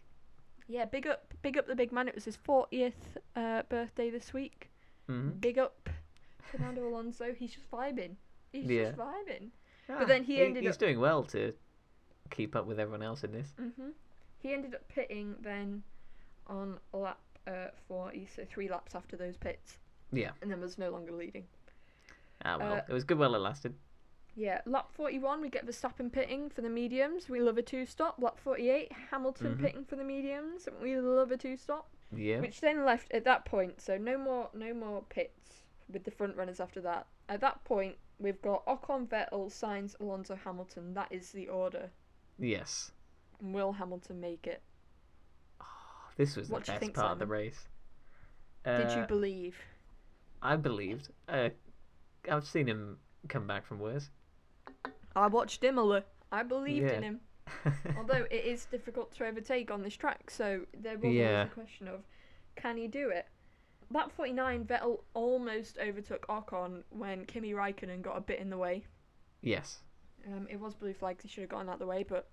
[SPEAKER 1] Yeah, big up, big up the big man. It was his 40th uh, birthday this week.
[SPEAKER 3] hmm
[SPEAKER 1] big up Fernando Alonso. He's just vibing. He's
[SPEAKER 3] Yeah.
[SPEAKER 1] just vibing. But then he ended
[SPEAKER 3] he's
[SPEAKER 1] up-
[SPEAKER 3] doing well to keep up with everyone else in this.
[SPEAKER 1] hmm He ended up pitting then on lap uh, 40, so three laps after those pits,
[SPEAKER 3] Yeah.
[SPEAKER 1] and then was no longer leading.
[SPEAKER 3] Ah, well,
[SPEAKER 1] Uh,
[SPEAKER 3] it was good while it lasted.
[SPEAKER 1] Yeah, lap 41, we get Verstappen pitting for the mediums. We love a two stop. Lap 48, Hamilton
[SPEAKER 3] Mhm.
[SPEAKER 1] pitting for the mediums. We love a two stop.
[SPEAKER 3] Yeah.
[SPEAKER 1] Which then left at that point, so no more no more pits with the front runners after that. At that point, we've got Ocon, Vettel, Sainz, Alonso, Hamilton. That is the order.
[SPEAKER 3] Yes.
[SPEAKER 1] And will Hamilton make it?
[SPEAKER 3] Oh, This was the
[SPEAKER 1] What do you
[SPEAKER 3] best
[SPEAKER 1] think,
[SPEAKER 3] part of the
[SPEAKER 1] Simon?
[SPEAKER 3] race.
[SPEAKER 1] Did you
[SPEAKER 3] Uh,
[SPEAKER 1] believe?
[SPEAKER 3] I believed. Uh, I've seen him come back from worse.
[SPEAKER 1] I watched Imola. I believed
[SPEAKER 3] Yeah.
[SPEAKER 1] in him. Although it is difficult to overtake on this track, so there was
[SPEAKER 3] Yeah.
[SPEAKER 1] always a question of can he do it? Lap 49, Vettel almost overtook Ocon when Kimi Raikkonen got a bit in the way.
[SPEAKER 3] yes.
[SPEAKER 1] Um, it was blue flags, he should have gotten out the way, but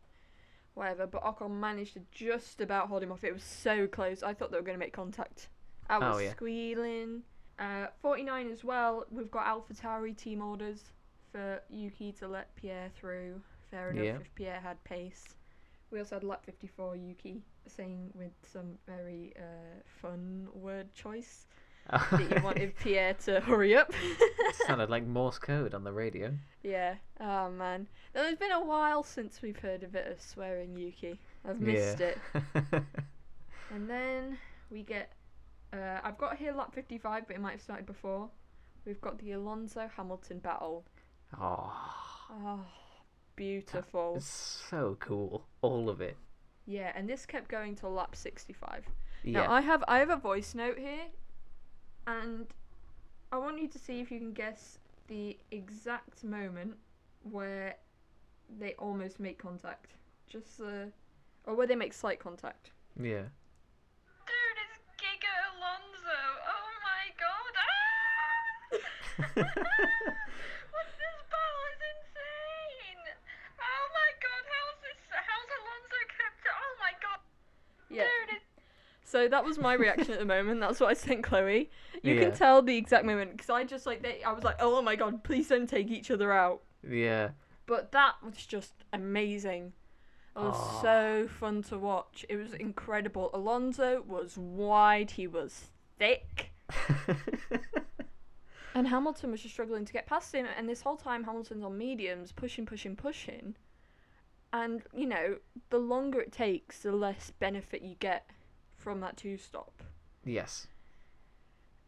[SPEAKER 1] whatever. But Ocon managed to just about hold him off. It was so close. I thought they were going to make contact. I was
[SPEAKER 3] Oh, yeah.
[SPEAKER 1] squealing. Uh, 49 as well, we've got AlphaTauri team orders for Yuki to let Pierre through. Fair enough
[SPEAKER 3] Yeah.
[SPEAKER 1] if Pierre had pace. We also had lap 54 Yuki saying with some very uh, fun word choice that you wanted Pierre to hurry up.
[SPEAKER 3] Sounded like Morse code on the radio.
[SPEAKER 1] Yeah. Oh man. Now, there's been a while since we've heard a bit of swearing Yuki. I've missed it.
[SPEAKER 3] it.
[SPEAKER 1] And then we get. Uh, I've got here lap 55, but it might have started before. We've got the Alonso Hamilton battle.
[SPEAKER 3] oh,
[SPEAKER 1] Oh, beautiful.
[SPEAKER 3] it's so cool. All of it.
[SPEAKER 1] Yeah, and this kept going till lap 65.
[SPEAKER 3] Yeah.
[SPEAKER 1] Now I have I have a voice note here, and I want you to see if you can guess the exact moment where they almost make contact, just the, or where they make slight contact.
[SPEAKER 3] Yeah.
[SPEAKER 1] Dude, it's Giga Alonso! Oh my Ah! god! What's this battle is insane! Oh my god, how's this? How's Alonso kept? Oh my god! Yeah. So that was my reaction at the moment. That's what I sent Chloe. You
[SPEAKER 3] Yeah.
[SPEAKER 1] can tell the exact moment because I just like they, I was like, oh my god, please don't take each other out.
[SPEAKER 3] Yeah.
[SPEAKER 1] But that was just amazing. It was
[SPEAKER 3] Aw.
[SPEAKER 1] so fun to watch. It was incredible. Alonso was wide. He was thick. And Hamilton was just struggling to get past him. And this whole time, Hamilton's on mediums, pushing, pushing, pushing. And, you know, the longer it takes, the less benefit you get from that two stop.
[SPEAKER 3] yes.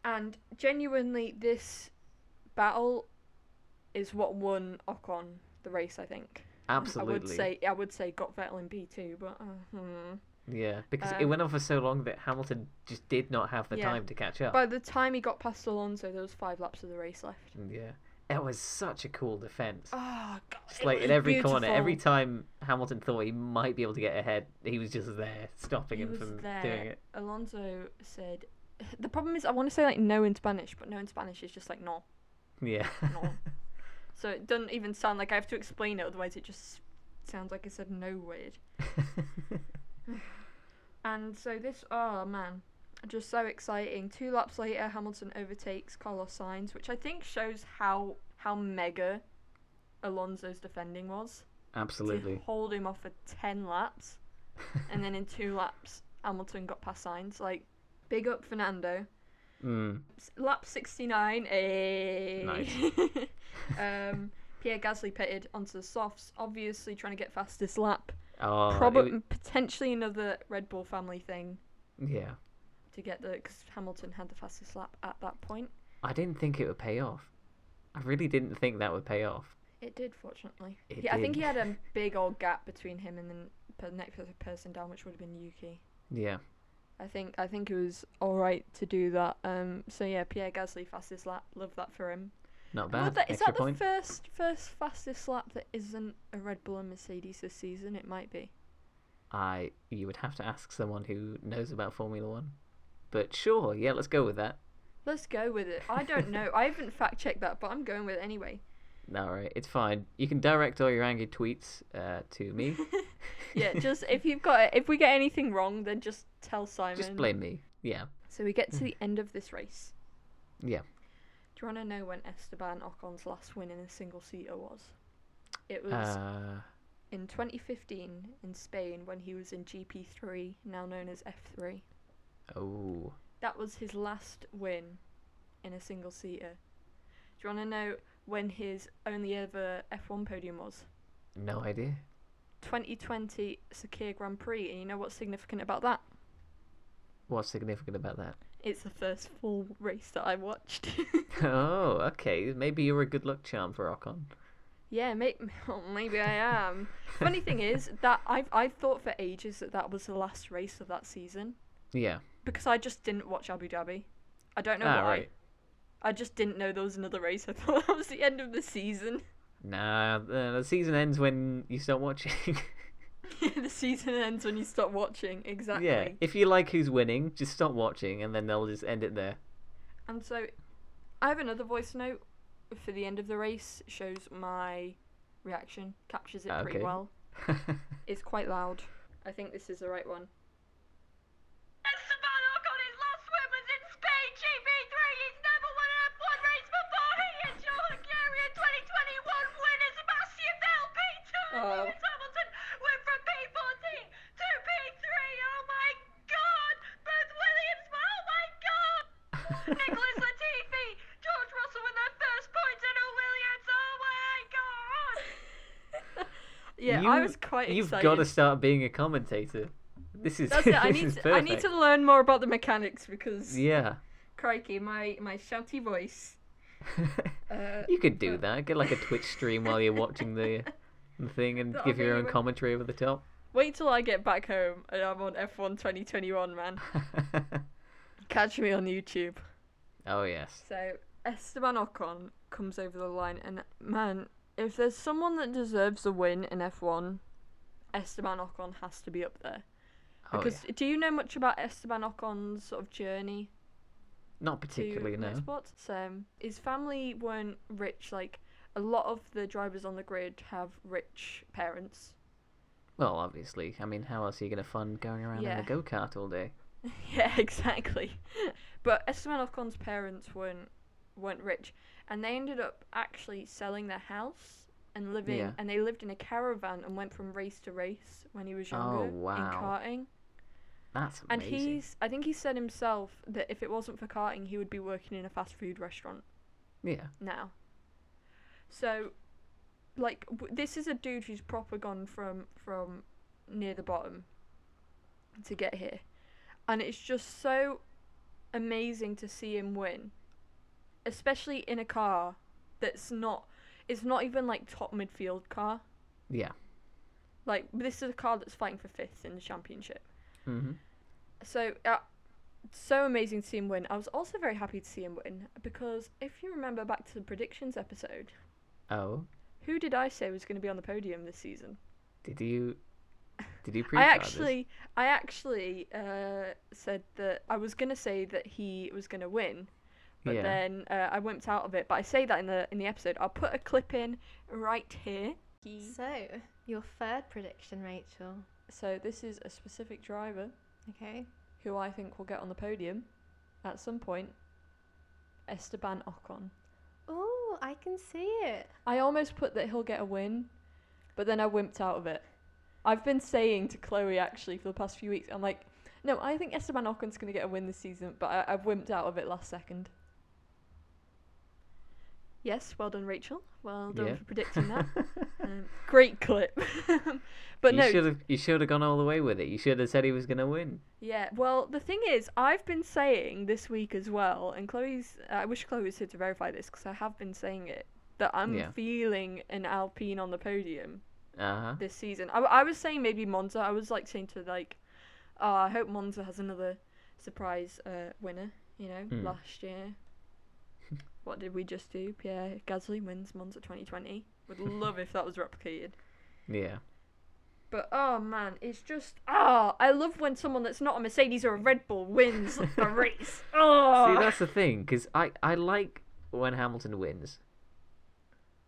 [SPEAKER 1] And genuinely, this battle is what won Ocon the race, I think. I
[SPEAKER 3] Absolutely.
[SPEAKER 1] would say I would say got Vettel in P2, but uh, hmm.
[SPEAKER 3] Yeah, because it
[SPEAKER 1] Um,
[SPEAKER 3] went on for so long that Hamilton just did not have the
[SPEAKER 1] Yeah.
[SPEAKER 3] time to catch up.
[SPEAKER 1] by the time he got past Alonso, there was five laps of the race left.
[SPEAKER 3] Yeah, it was such a cool defense.
[SPEAKER 1] Oh god!
[SPEAKER 3] just like in every corner, every time Hamilton thought he might be able to get ahead, he was just there, stopping
[SPEAKER 1] He
[SPEAKER 3] him
[SPEAKER 1] was
[SPEAKER 3] from
[SPEAKER 1] there.
[SPEAKER 3] doing it.
[SPEAKER 1] Alonso said, "The problem is, I want to say like no in Spanish, but no in Spanish is just like no,
[SPEAKER 3] Yeah.
[SPEAKER 1] no." so it doesn't even sound like I have to explain it. Otherwise, it just sounds like I said no weird. And so this, oh man, just so exciting. Two laps later, Hamilton overtakes Carlos Sainz, which I think shows how how mega Alonso's defending was.
[SPEAKER 3] Absolutely.
[SPEAKER 1] To hold him off for ten laps, and then in two laps, Hamilton got past Sainz. Like, big up Fernando.
[SPEAKER 3] Mm.
[SPEAKER 1] S- Lap sixty nine, a.
[SPEAKER 3] Nice.
[SPEAKER 1] um, Pierre Gasly pitted onto the softs, obviously trying to get fastest lap.
[SPEAKER 3] Oh, it
[SPEAKER 1] Probably
[SPEAKER 3] w-
[SPEAKER 1] potentially another Red Bull family thing
[SPEAKER 3] yeah.
[SPEAKER 1] to get the because Hamilton had the fastest lap at that point.
[SPEAKER 3] I didn't think it would pay off. I really didn't think that would pay off.
[SPEAKER 1] It did, fortunately.
[SPEAKER 3] It
[SPEAKER 1] yeah, I think
[SPEAKER 3] did.
[SPEAKER 1] he had a big old gap between him and the n- per- next per- person down, which would have been Yuki.
[SPEAKER 3] Yeah.
[SPEAKER 1] I think I think it was all right to do that. Um, so yeah, Pierre Gasly fastest lap, love that for him.
[SPEAKER 3] Not
[SPEAKER 1] Well,
[SPEAKER 3] bad.
[SPEAKER 1] that, is
[SPEAKER 3] Extra
[SPEAKER 1] that the
[SPEAKER 3] point.
[SPEAKER 1] first first fastest lap that isn't a Red Bull and Mercedes this season? It might be.
[SPEAKER 3] I you would have to ask someone who knows about Formula One. But sure, yeah, let's go with that.
[SPEAKER 1] Let's go with it. I don't know. I haven't fact checked that, but I'm going with it anyway.
[SPEAKER 3] All right, it's fine. You can direct all your angry tweets uh, to me.
[SPEAKER 1] Yeah, just if you've got if we get anything wrong, then just tell Simon.
[SPEAKER 3] Just blame me. Yeah,
[SPEAKER 1] So we get to the end of this race.
[SPEAKER 3] yeah.
[SPEAKER 1] Do you want to know when Esteban Ocon's last win in a single seater was? It was
[SPEAKER 3] Uh,
[SPEAKER 1] in 2015 in Spain when he was in GP3, now known as F3.
[SPEAKER 3] oh,
[SPEAKER 1] That was his last win in a single seater. Do Do you want to know when his only ever F1 podium was?
[SPEAKER 3] No idea.
[SPEAKER 1] 2020 Sakir Grand Prix, and you know what's significant about that?
[SPEAKER 3] What's significant about that?
[SPEAKER 1] It's the first full race that I watched.
[SPEAKER 3] Oh, okay. Maybe you're a good luck charm for Ocon.
[SPEAKER 1] yeah, may- well, maybe I am. Funny thing is that I've I've thought for ages that that was the last race of that season
[SPEAKER 3] Yeah.
[SPEAKER 1] because I just didn't watch Abu Dhabi. I don't know
[SPEAKER 3] ah,
[SPEAKER 1] why.
[SPEAKER 3] right.
[SPEAKER 1] I just didn't know there was another race. I thought that was the end of the season.
[SPEAKER 3] Nah, the, the season ends when you start watching.
[SPEAKER 1] the season ends when you stop watching. Exactly.
[SPEAKER 3] yeah. If you like who's winning, just stop watching and then they'll just end it there.
[SPEAKER 1] And so, I have another voice note for the end of the race. Shows my reaction. Captures it pretty
[SPEAKER 3] Okay.
[SPEAKER 1] well. It's quite loud. I think this is the right one.
[SPEAKER 4] Esteban Ocon, his last swim was in Spain GP3. He's never won an F1 race before. He is your Hungarian 2021 winner, Sebastian Vettel P2. and
[SPEAKER 1] Oh.
[SPEAKER 4] Lewis Hamilton went from P14 to P3. Oh my God! Both Williams. Oh my God! Nicholas Latifi, George Russell with their first points, and a Williams. Oh my God!
[SPEAKER 1] Yeah, I
[SPEAKER 3] You-
[SPEAKER 1] was quite
[SPEAKER 3] You've
[SPEAKER 1] excited.
[SPEAKER 3] got to start being a commentator. This is
[SPEAKER 1] That's it. I
[SPEAKER 3] this
[SPEAKER 1] need
[SPEAKER 3] is
[SPEAKER 1] to, I need
[SPEAKER 3] perfect.
[SPEAKER 1] to learn more about the mechanics because
[SPEAKER 3] Yeah.
[SPEAKER 1] crikey, my my shouty voice. Uh,
[SPEAKER 3] you could do that. Get like a Twitch stream while you're watching the, the thing and
[SPEAKER 1] That'll
[SPEAKER 3] give
[SPEAKER 1] be
[SPEAKER 3] your own
[SPEAKER 1] when-
[SPEAKER 3] commentary over the top.
[SPEAKER 1] Wait till I get back home and I'm on F1 2021, man. Catch me on YouTube.
[SPEAKER 3] oh yes.
[SPEAKER 1] So Esteban Ocon comes over the line, and man, if there's someone that deserves a win in F1, Esteban Ocon has to be up there.
[SPEAKER 3] Oh,
[SPEAKER 1] Because
[SPEAKER 3] yeah.
[SPEAKER 1] do you know much about Esteban Ocon's sort of journey
[SPEAKER 3] Not
[SPEAKER 1] to
[SPEAKER 3] particularly, no.
[SPEAKER 1] motorsports? So his family weren't rich. Like a lot of the drivers on the grid have rich parents.
[SPEAKER 3] Well, obviously. I mean, how else are you going to fund going around in
[SPEAKER 1] Yeah.
[SPEAKER 3] a go kart all day?
[SPEAKER 1] Yeah, exactly. But Esteban Ocon's parents weren't weren't rich, and they ended up actually selling their house and living,
[SPEAKER 3] Yeah.
[SPEAKER 1] and they lived in a caravan and went from race to race when he was younger
[SPEAKER 3] Oh, wow.
[SPEAKER 1] in karting.
[SPEAKER 3] That's
[SPEAKER 1] And
[SPEAKER 3] amazing.
[SPEAKER 1] he's, I think he said himself that if it wasn't for karting, he would be working in a fast food restaurant
[SPEAKER 3] Yeah.
[SPEAKER 1] now. So, like, w- this is a dude who's proper gone from from near the bottom to get here, and it's just so amazing to see him win, especially in a car that's not. It's not even like top midfield car.
[SPEAKER 3] Yeah.
[SPEAKER 1] Like this is a car that's fighting for fifth in the championship.
[SPEAKER 3] hmm
[SPEAKER 1] So, uh, so amazing to see him win. I was also very happy to see him win because if you remember back to the predictions episode,
[SPEAKER 3] Oh,
[SPEAKER 1] Who did I say was going to be on the podium this season?
[SPEAKER 3] did you? Did you pre?
[SPEAKER 1] I actually, I actually uh, said that I was going to say that he was going to win, but
[SPEAKER 3] Yeah.
[SPEAKER 1] then uh, I wimped out of it. But I say that in the in the episode. I'll put a clip in right here.
[SPEAKER 5] So, your third prediction, Rachel.
[SPEAKER 1] So this is a specific driver
[SPEAKER 5] Okay.
[SPEAKER 1] who I think will get on the podium at some point. Esteban Ocon.
[SPEAKER 5] Oh, I can see it.
[SPEAKER 1] I almost put that he'll get a win, but then I wimped out of it. I've been saying to Chloe actually for the past few weeks, I'm like, no, I think Esteban Ocon's going to get a win this season, but I- I've wimped out of it last second. Yes, well done, Rachel. Well done
[SPEAKER 3] Yeah.
[SPEAKER 1] for predicting that. um, great clip. but
[SPEAKER 3] you
[SPEAKER 1] no,
[SPEAKER 3] should have. You should have gone all the way with it. You should have said he was going to win.
[SPEAKER 1] yeah. Well, the thing is, I've been saying this week as well, and Chloe's. I wish Chloe was here to verify this because I have been saying it that I'm
[SPEAKER 3] Yeah.
[SPEAKER 1] feeling an Alpine on the podium.
[SPEAKER 3] Uh huh.
[SPEAKER 1] this season. I, I was saying maybe Monza. I was like saying to like, oh, I hope Monza has another surprise uh, winner. You know,
[SPEAKER 3] Hmm.
[SPEAKER 1] last year. what did we just do? Pierre Gasly wins Monza 2020. Would love if that was replicated.
[SPEAKER 3] Yeah.
[SPEAKER 1] But oh man, it's just ah, I love when someone that's not a Mercedes or a Red Bull wins a race.
[SPEAKER 3] See,
[SPEAKER 1] Oh,
[SPEAKER 3] that's the thing, because I I like when Hamilton wins,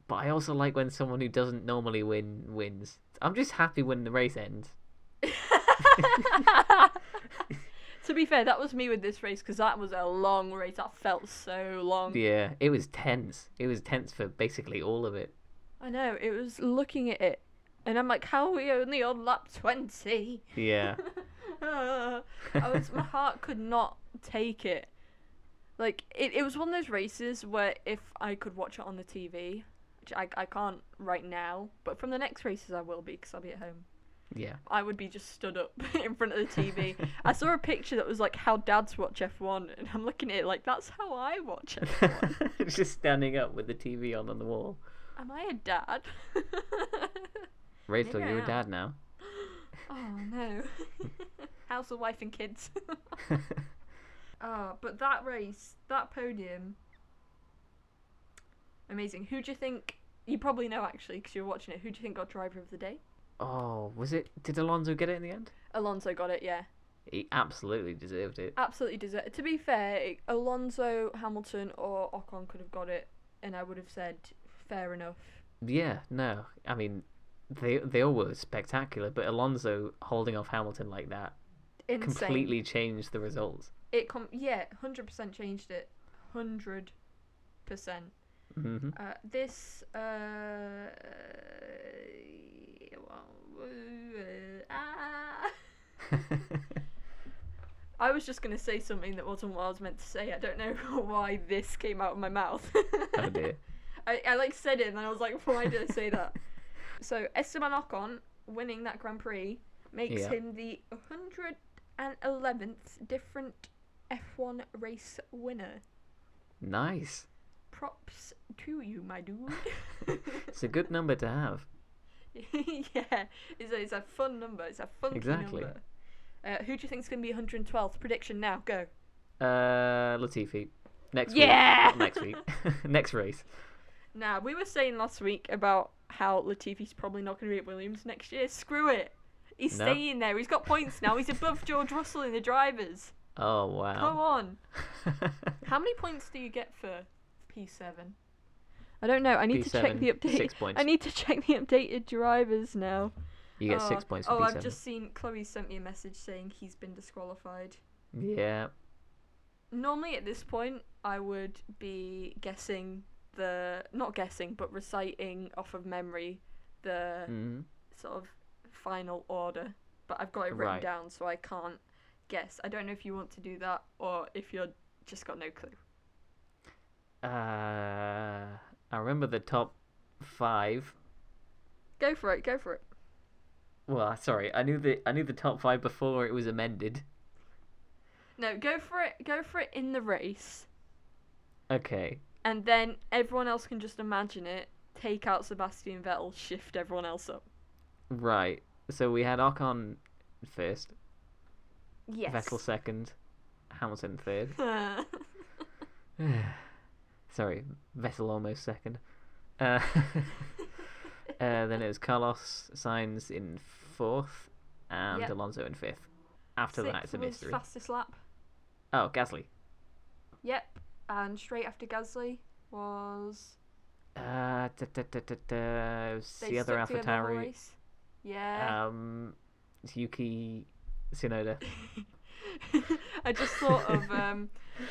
[SPEAKER 3] but I also like when someone who doesn't normally win wins. I'm just happy when the race ends.
[SPEAKER 1] to be fair, that was me with this race because that was a long race. That felt so long.
[SPEAKER 5] Um,
[SPEAKER 3] Yeah, it was tense. It was tense for basically all of it.
[SPEAKER 1] I know, it was looking at it, and I'm like, how are we only on lap 20?
[SPEAKER 3] Yeah.
[SPEAKER 1] I was, my heart could not take it. Like it, it was one of those races where if I could watch it on the TV, which I, I can't right now, but from the next races I will be because I'll be at home.
[SPEAKER 3] Yeah.
[SPEAKER 1] I would be just stood up in front of the TV. I saw a picture that was like how dads watch F1, and I'm looking at it like that's how I watch it.
[SPEAKER 3] Just standing up with the TV on on the wall.
[SPEAKER 1] Am I a dad?
[SPEAKER 3] Rachel,
[SPEAKER 5] Maybe I
[SPEAKER 3] you're a
[SPEAKER 5] am.
[SPEAKER 3] dad now.
[SPEAKER 1] oh no. How's the wife and kids? Ah, but that race, that podium, amazing. Who do you think? You probably know actually because you're watching it. Who do you think got driver of the day?
[SPEAKER 3] oh, was it? Did Alonso get it in the end?
[SPEAKER 1] Alonso got it. Yeah,
[SPEAKER 3] He absolutely deserved it.
[SPEAKER 1] absolutely deserved. To be fair, it- Alonso, Hamilton, or Ocon could have got it, and I would have said fair enough.
[SPEAKER 3] Yeah, no. I mean, they they all were spectacular, but Alonso holding off Hamilton like that
[SPEAKER 1] Insane.
[SPEAKER 3] completely changed the results.
[SPEAKER 1] It com- yeah, hundred percent changed it. Hundred percent.
[SPEAKER 3] hmm
[SPEAKER 1] Uh, this uh, well, uh, ah. I was just gonna say something that wasn't what I was meant to say. I don't know why this came out of my mouth.
[SPEAKER 3] oh dear.
[SPEAKER 1] I, I like said it and then I was like, why did I say that? So Esteban Ocon winning that Grand Prix makes
[SPEAKER 3] Yeah.
[SPEAKER 1] him the 111th different F1 race winner.
[SPEAKER 3] Nice.
[SPEAKER 1] Props to you, my dude.
[SPEAKER 3] It's a good number to have.
[SPEAKER 1] yeah, it's a, it's a fun number. It's a funky
[SPEAKER 3] Exactly.
[SPEAKER 1] number. Uh, who do you think's going to be 112th? Prediction now, go.
[SPEAKER 3] Uh, Latifi. Next
[SPEAKER 1] Yeah!
[SPEAKER 3] week. Next week. Next race.
[SPEAKER 1] Now, we were saying last week about how Latifi's probably not going to be at Williams next year. Screw it. He's
[SPEAKER 3] No.
[SPEAKER 1] staying there. He's got points now. He's above George Russell in the drivers.
[SPEAKER 3] Oh
[SPEAKER 1] Come
[SPEAKER 3] wow.
[SPEAKER 1] on. How many points do you get for P7? I don't know. I need to check
[SPEAKER 3] P7,
[SPEAKER 1] the update.
[SPEAKER 3] six points.
[SPEAKER 1] I need to check the updated drivers now.
[SPEAKER 3] you get
[SPEAKER 1] oh,
[SPEAKER 3] six points.
[SPEAKER 1] Oh,
[SPEAKER 3] for
[SPEAKER 1] I've
[SPEAKER 3] P7.
[SPEAKER 1] just seen Chloe sent me a message saying he's been disqualified.
[SPEAKER 3] Yeah.
[SPEAKER 1] Normally at this point, I would be guessing the not guessing, but reciting off of memory the
[SPEAKER 3] hmm
[SPEAKER 1] sort of final order. But I've got it written
[SPEAKER 3] Right.
[SPEAKER 1] down, so I can't guess. I don't know if you want to do that or if you're just got no clue.
[SPEAKER 3] Uh, I remember the top five.
[SPEAKER 1] Go for it. Go for it.
[SPEAKER 3] Well, sorry, I knew the I knew the top five before it was amended.
[SPEAKER 1] No, go for it. Go for it in the race,
[SPEAKER 3] Okay.
[SPEAKER 1] and then everyone else can just imagine it. Take out Sebastian Vettel, shift everyone else up.
[SPEAKER 3] Right. So we had Ocon first,
[SPEAKER 1] Yes.
[SPEAKER 3] Vettel second, Hamilton third. Sorry, Vettel almost second. Uh, uh, then it was Carlos Sainz in fourth, and
[SPEAKER 1] Yep.
[SPEAKER 3] Alonso in fifth. After that, it's a
[SPEAKER 1] was
[SPEAKER 3] mystery.
[SPEAKER 1] Fastest lap.
[SPEAKER 3] Oh, Gasly.
[SPEAKER 1] Yep. And straight after Gasly was
[SPEAKER 3] Uh, da, da, da, da, da. It was
[SPEAKER 1] they
[SPEAKER 3] the other
[SPEAKER 1] stuck together the whole
[SPEAKER 3] AlphaTauri.
[SPEAKER 1] race. Yeah.
[SPEAKER 3] Um, Yuki Tsunoda.
[SPEAKER 1] I just thought of um,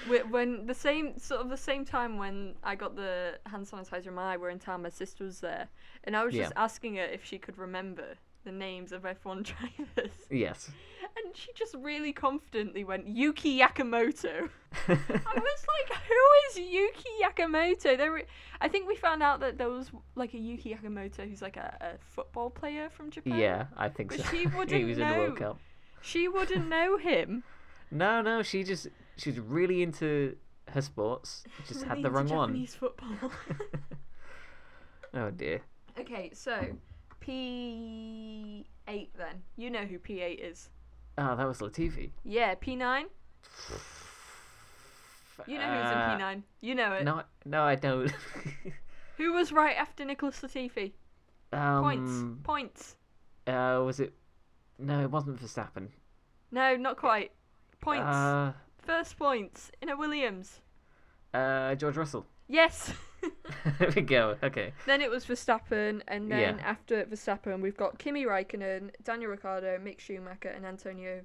[SPEAKER 1] wh- when the same sort of the same time when I got the hand sanitizer in my eye, we're in town. My sister was there, and I was just asking her if she could remember the names of F1 drivers,
[SPEAKER 3] Yes.
[SPEAKER 1] and she just really confidently went Yuki Yakamoto. I was like, who is Yuki Yakamoto? There, were- I think we found out that there was like a Yuki Yakamoto who's like a, a football player from Japan.
[SPEAKER 3] yeah, I think
[SPEAKER 1] But
[SPEAKER 3] so.
[SPEAKER 1] she
[SPEAKER 3] he
[SPEAKER 1] wouldn't
[SPEAKER 3] was in the World
[SPEAKER 1] know.
[SPEAKER 3] Cup.
[SPEAKER 1] She wouldn't know him.
[SPEAKER 3] No, no, she just she's really into her sports. Just had the
[SPEAKER 1] Into
[SPEAKER 3] wrong one.
[SPEAKER 1] Japanese football.
[SPEAKER 3] Oh dear.
[SPEAKER 1] okay, so P eight then. You know who P eight is.
[SPEAKER 3] Oh, that was Latifi.
[SPEAKER 1] Yeah, P nine. You know who's in
[SPEAKER 3] Uh,
[SPEAKER 1] P nine. You know it.
[SPEAKER 3] No, I- no, I don't.
[SPEAKER 1] Who was right after Nicholas Latifi? Points.
[SPEAKER 3] um,
[SPEAKER 1] Points.
[SPEAKER 3] Uh, was it? No, it wasn't Verstappen.
[SPEAKER 1] No, not quite. Points.
[SPEAKER 3] Uh,
[SPEAKER 1] First points in a Williams.
[SPEAKER 3] uh, George Russell.
[SPEAKER 1] Yes.
[SPEAKER 3] there we go. Okay.
[SPEAKER 1] then it was Verstappen, and then
[SPEAKER 3] Yeah.
[SPEAKER 1] after Verstappen, we've got Kimi Raikkonen, Daniel Ricciardo, Mick Schumacher, and Antonio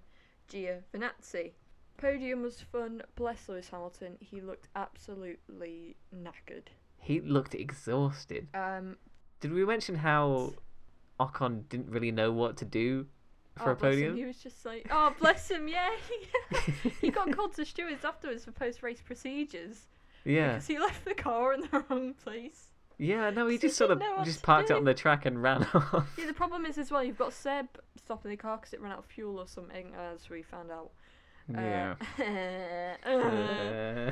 [SPEAKER 1] Giovinazzi. Podium was fun. Bless Lewis Hamilton. He looked absolutely knackered.
[SPEAKER 3] He looked exhausted.
[SPEAKER 1] Um,
[SPEAKER 3] Did we mention how Ocon didn't really know what to do
[SPEAKER 1] oh,
[SPEAKER 3] for a
[SPEAKER 1] bless him,
[SPEAKER 3] podium.
[SPEAKER 1] He was just like, oh, bless him, yeah. he got called to stewards afterwards for post race procedures
[SPEAKER 3] yeah,
[SPEAKER 1] because he left the car in the wrong place.
[SPEAKER 3] yeah. No, he
[SPEAKER 1] because he
[SPEAKER 3] just sort
[SPEAKER 1] didn't
[SPEAKER 3] of
[SPEAKER 1] know what
[SPEAKER 3] just
[SPEAKER 1] to
[SPEAKER 3] parked it
[SPEAKER 1] do.
[SPEAKER 3] on the track and ran off.
[SPEAKER 1] Yeah, the problem is as well, you've got Seb stopping the car because it ran out of fuel or something, as we found out.
[SPEAKER 3] yeah.
[SPEAKER 1] Uh,
[SPEAKER 3] Uh,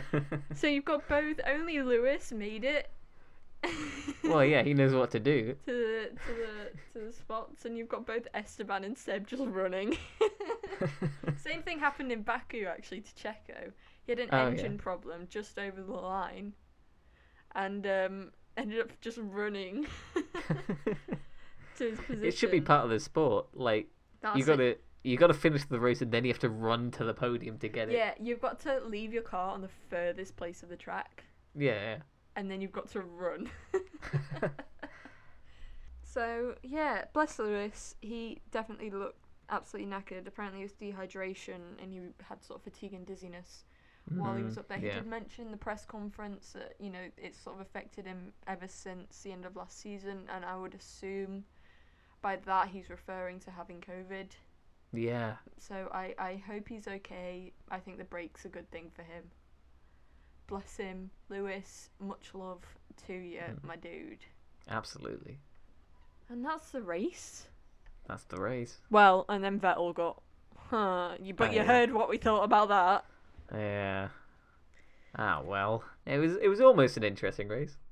[SPEAKER 1] so you've got both. Only Lewis made it.
[SPEAKER 3] well, yeah, he knows what to do.
[SPEAKER 1] to the to the to the spots, and you've got both Esteban and Seb just running. Same thing happened in Baku actually to Checo. He had an
[SPEAKER 3] Oh, yeah.
[SPEAKER 1] engine problem just over the line, and um, ended up just running to his position.
[SPEAKER 3] it should be part of the sport. Like
[SPEAKER 5] That's
[SPEAKER 3] you got to you got to finish the race and then you have to run to the podium to get it.
[SPEAKER 1] Yeah, you've got to leave your car on the furthest place of the track,
[SPEAKER 3] Yeah.
[SPEAKER 1] and then you've got to run.
[SPEAKER 3] yeah.
[SPEAKER 1] So yeah, bless Lewis. He definitely looked absolutely knackered. Apparently, it was dehydration, and he had sort of fatigue and dizziness while he
[SPEAKER 3] Mhm,
[SPEAKER 1] was up there. He
[SPEAKER 3] yeah.
[SPEAKER 1] did mention in the press conference that you know it's sort of affected him ever since the end of last season, and I would assume by that he's referring to having COVID.
[SPEAKER 3] yeah.
[SPEAKER 1] So I I hope he's okay. I think the break's a good thing for him. Bless him, Lewis. Much love to you, my dude.
[SPEAKER 3] Absolutely.
[SPEAKER 1] And that's the race.
[SPEAKER 3] That's the race.
[SPEAKER 1] Well, and then Vettel got. Huh. You, but
[SPEAKER 3] Oh,
[SPEAKER 1] you
[SPEAKER 3] yeah.
[SPEAKER 1] heard what we thought about that.
[SPEAKER 3] Yeah. Ah well. It was it was almost an interesting race.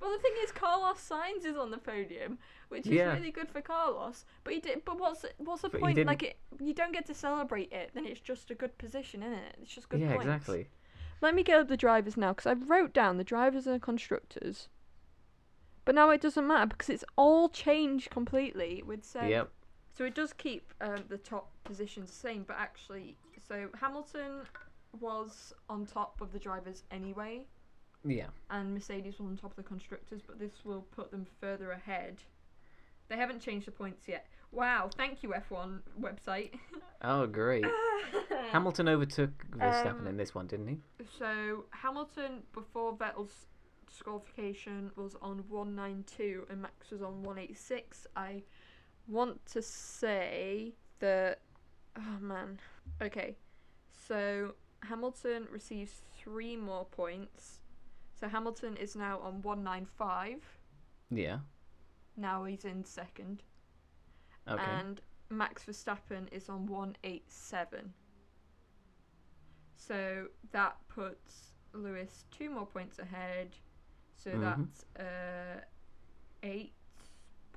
[SPEAKER 1] Well, the thing is, Carlos Sainz is on the podium, which is
[SPEAKER 3] Yeah.
[SPEAKER 1] really good for Carlos. But he did. But what's what's the
[SPEAKER 3] But he
[SPEAKER 1] point?
[SPEAKER 3] didn't-
[SPEAKER 1] Like, it, you don't get to celebrate it. Then it's just a good position, isn't it? It's just good.
[SPEAKER 3] yeah,
[SPEAKER 1] points.
[SPEAKER 3] exactly.
[SPEAKER 1] Let me get up the drivers now because I wrote down the drivers and the constructors. But now it doesn't matter because it's all changed completely with Seb
[SPEAKER 3] Yep.
[SPEAKER 1] So it does keep um, the top positions the same, but actually, so Hamilton was on top of the drivers anyway,
[SPEAKER 3] Yeah.
[SPEAKER 1] and Mercedes was on top of the constructors, but this will put them further ahead. They haven't changed the points yet. Wow, thank you, F1 website.
[SPEAKER 3] Oh great. Hamilton overtook Verstappen
[SPEAKER 1] Um,
[SPEAKER 3] in this one, didn't he?
[SPEAKER 1] so Hamilton, before Vettel's disqualification, was on 192 and Max was on 186. I want to say that. Oh man. Okay. So Hamilton receives three more points. So Hamilton is now on 195.
[SPEAKER 3] Yeah.
[SPEAKER 1] Now he's in second.
[SPEAKER 3] Okay.
[SPEAKER 1] And Max Verstappen is on 187. So that puts Lewis two more points ahead. So
[SPEAKER 3] Mhm.
[SPEAKER 1] that's uh, eight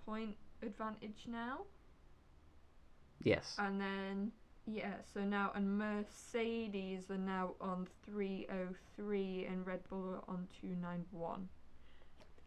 [SPEAKER 1] point advantage now.
[SPEAKER 3] yes.
[SPEAKER 1] And then, yeah, so now, and Mercedes are now on 303 and Red Bull are on 291.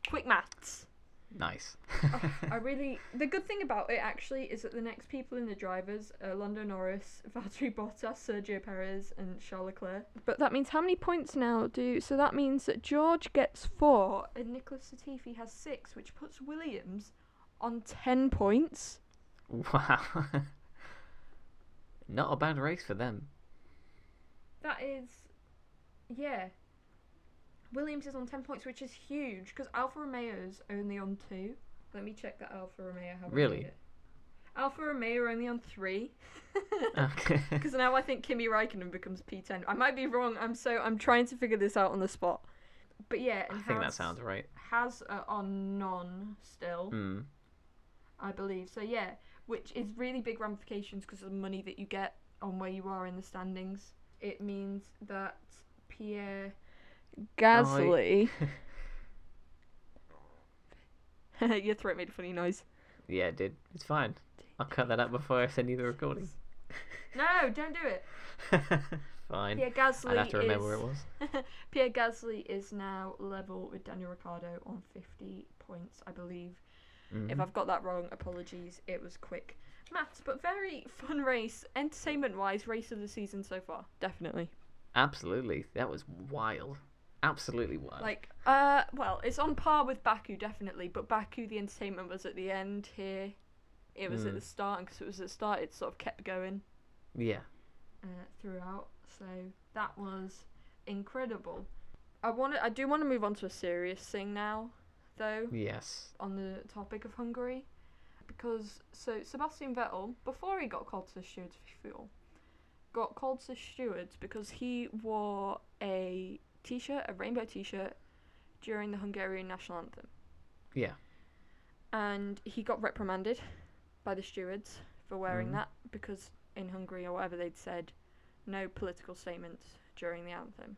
[SPEAKER 1] Quick maths!
[SPEAKER 3] nice.
[SPEAKER 1] Oh, I really. The good thing about it actually is that the next people in the drivers are Lando Norris, Valtteri Bottas, Sergio Perez, and Charles Leclerc. But that means how many points now do. So that means that George gets four and Nicholas Latifi has six, which puts Williams on 10 points.
[SPEAKER 3] wow. Not a bad race for them.
[SPEAKER 1] That is. Yeah. Williams is on 10 points, which is huge because Alfa Romeo's only on two. Let me check that Alfa Romeo. How
[SPEAKER 3] Really?
[SPEAKER 1] It. Alfa Romeo are only on three.
[SPEAKER 3] Okay.
[SPEAKER 1] Because now I think Kimi Raikkonen becomes P10. I might be wrong. I'm so I'm trying to figure this out on the spot. But yeah,
[SPEAKER 3] I
[SPEAKER 1] and
[SPEAKER 3] think that
[SPEAKER 1] Haas-
[SPEAKER 3] sounds right.
[SPEAKER 1] Haas are on non still,
[SPEAKER 3] Mm.
[SPEAKER 1] I believe. So yeah, which is really big ramifications because of the money that you get on where you are in the standings. It means that Pierre Gasly. Your throat made a funny noise.
[SPEAKER 3] Yeah, it did. It's fine. I'll cut that out before I send you the recording.
[SPEAKER 1] No, don't do it.
[SPEAKER 3] fine.
[SPEAKER 1] Pierre Gasly
[SPEAKER 3] I'd have to remember
[SPEAKER 1] is
[SPEAKER 3] where it was.
[SPEAKER 1] Pierre Gasly is now level with Daniel Ricciardo on 50 points, I believe. If
[SPEAKER 3] Mm-hmm.
[SPEAKER 1] I've got that wrong, apologies. It was quick maths, but very fun race, entertainment-wise, race of the season so far, definitely.
[SPEAKER 3] Absolutely. That was wild. Absolutely wild.
[SPEAKER 1] Like, uh, well, it's on par with Baku, definitely, but Baku, the entertainment was at the end. Here, it was at
[SPEAKER 3] Mm.
[SPEAKER 1] the start, and because it was at the start, it sort of kept going
[SPEAKER 3] yeah.
[SPEAKER 1] uh, throughout. So that was incredible. I want to. I do want to move on to a serious thing now, though.
[SPEAKER 3] Yes.
[SPEAKER 1] on the topic of Hungary because so Sebastian Vettel, before he got called to the stewards for fuel, got called to the stewards because he wore a t-shirt, a rainbow t-shirt, during the Hungarian national anthem,
[SPEAKER 3] Yeah.
[SPEAKER 1] and he got reprimanded by the stewards for wearing
[SPEAKER 3] Mhm.
[SPEAKER 1] that because in Hungary or whatever they'd said, no political statements during the anthem.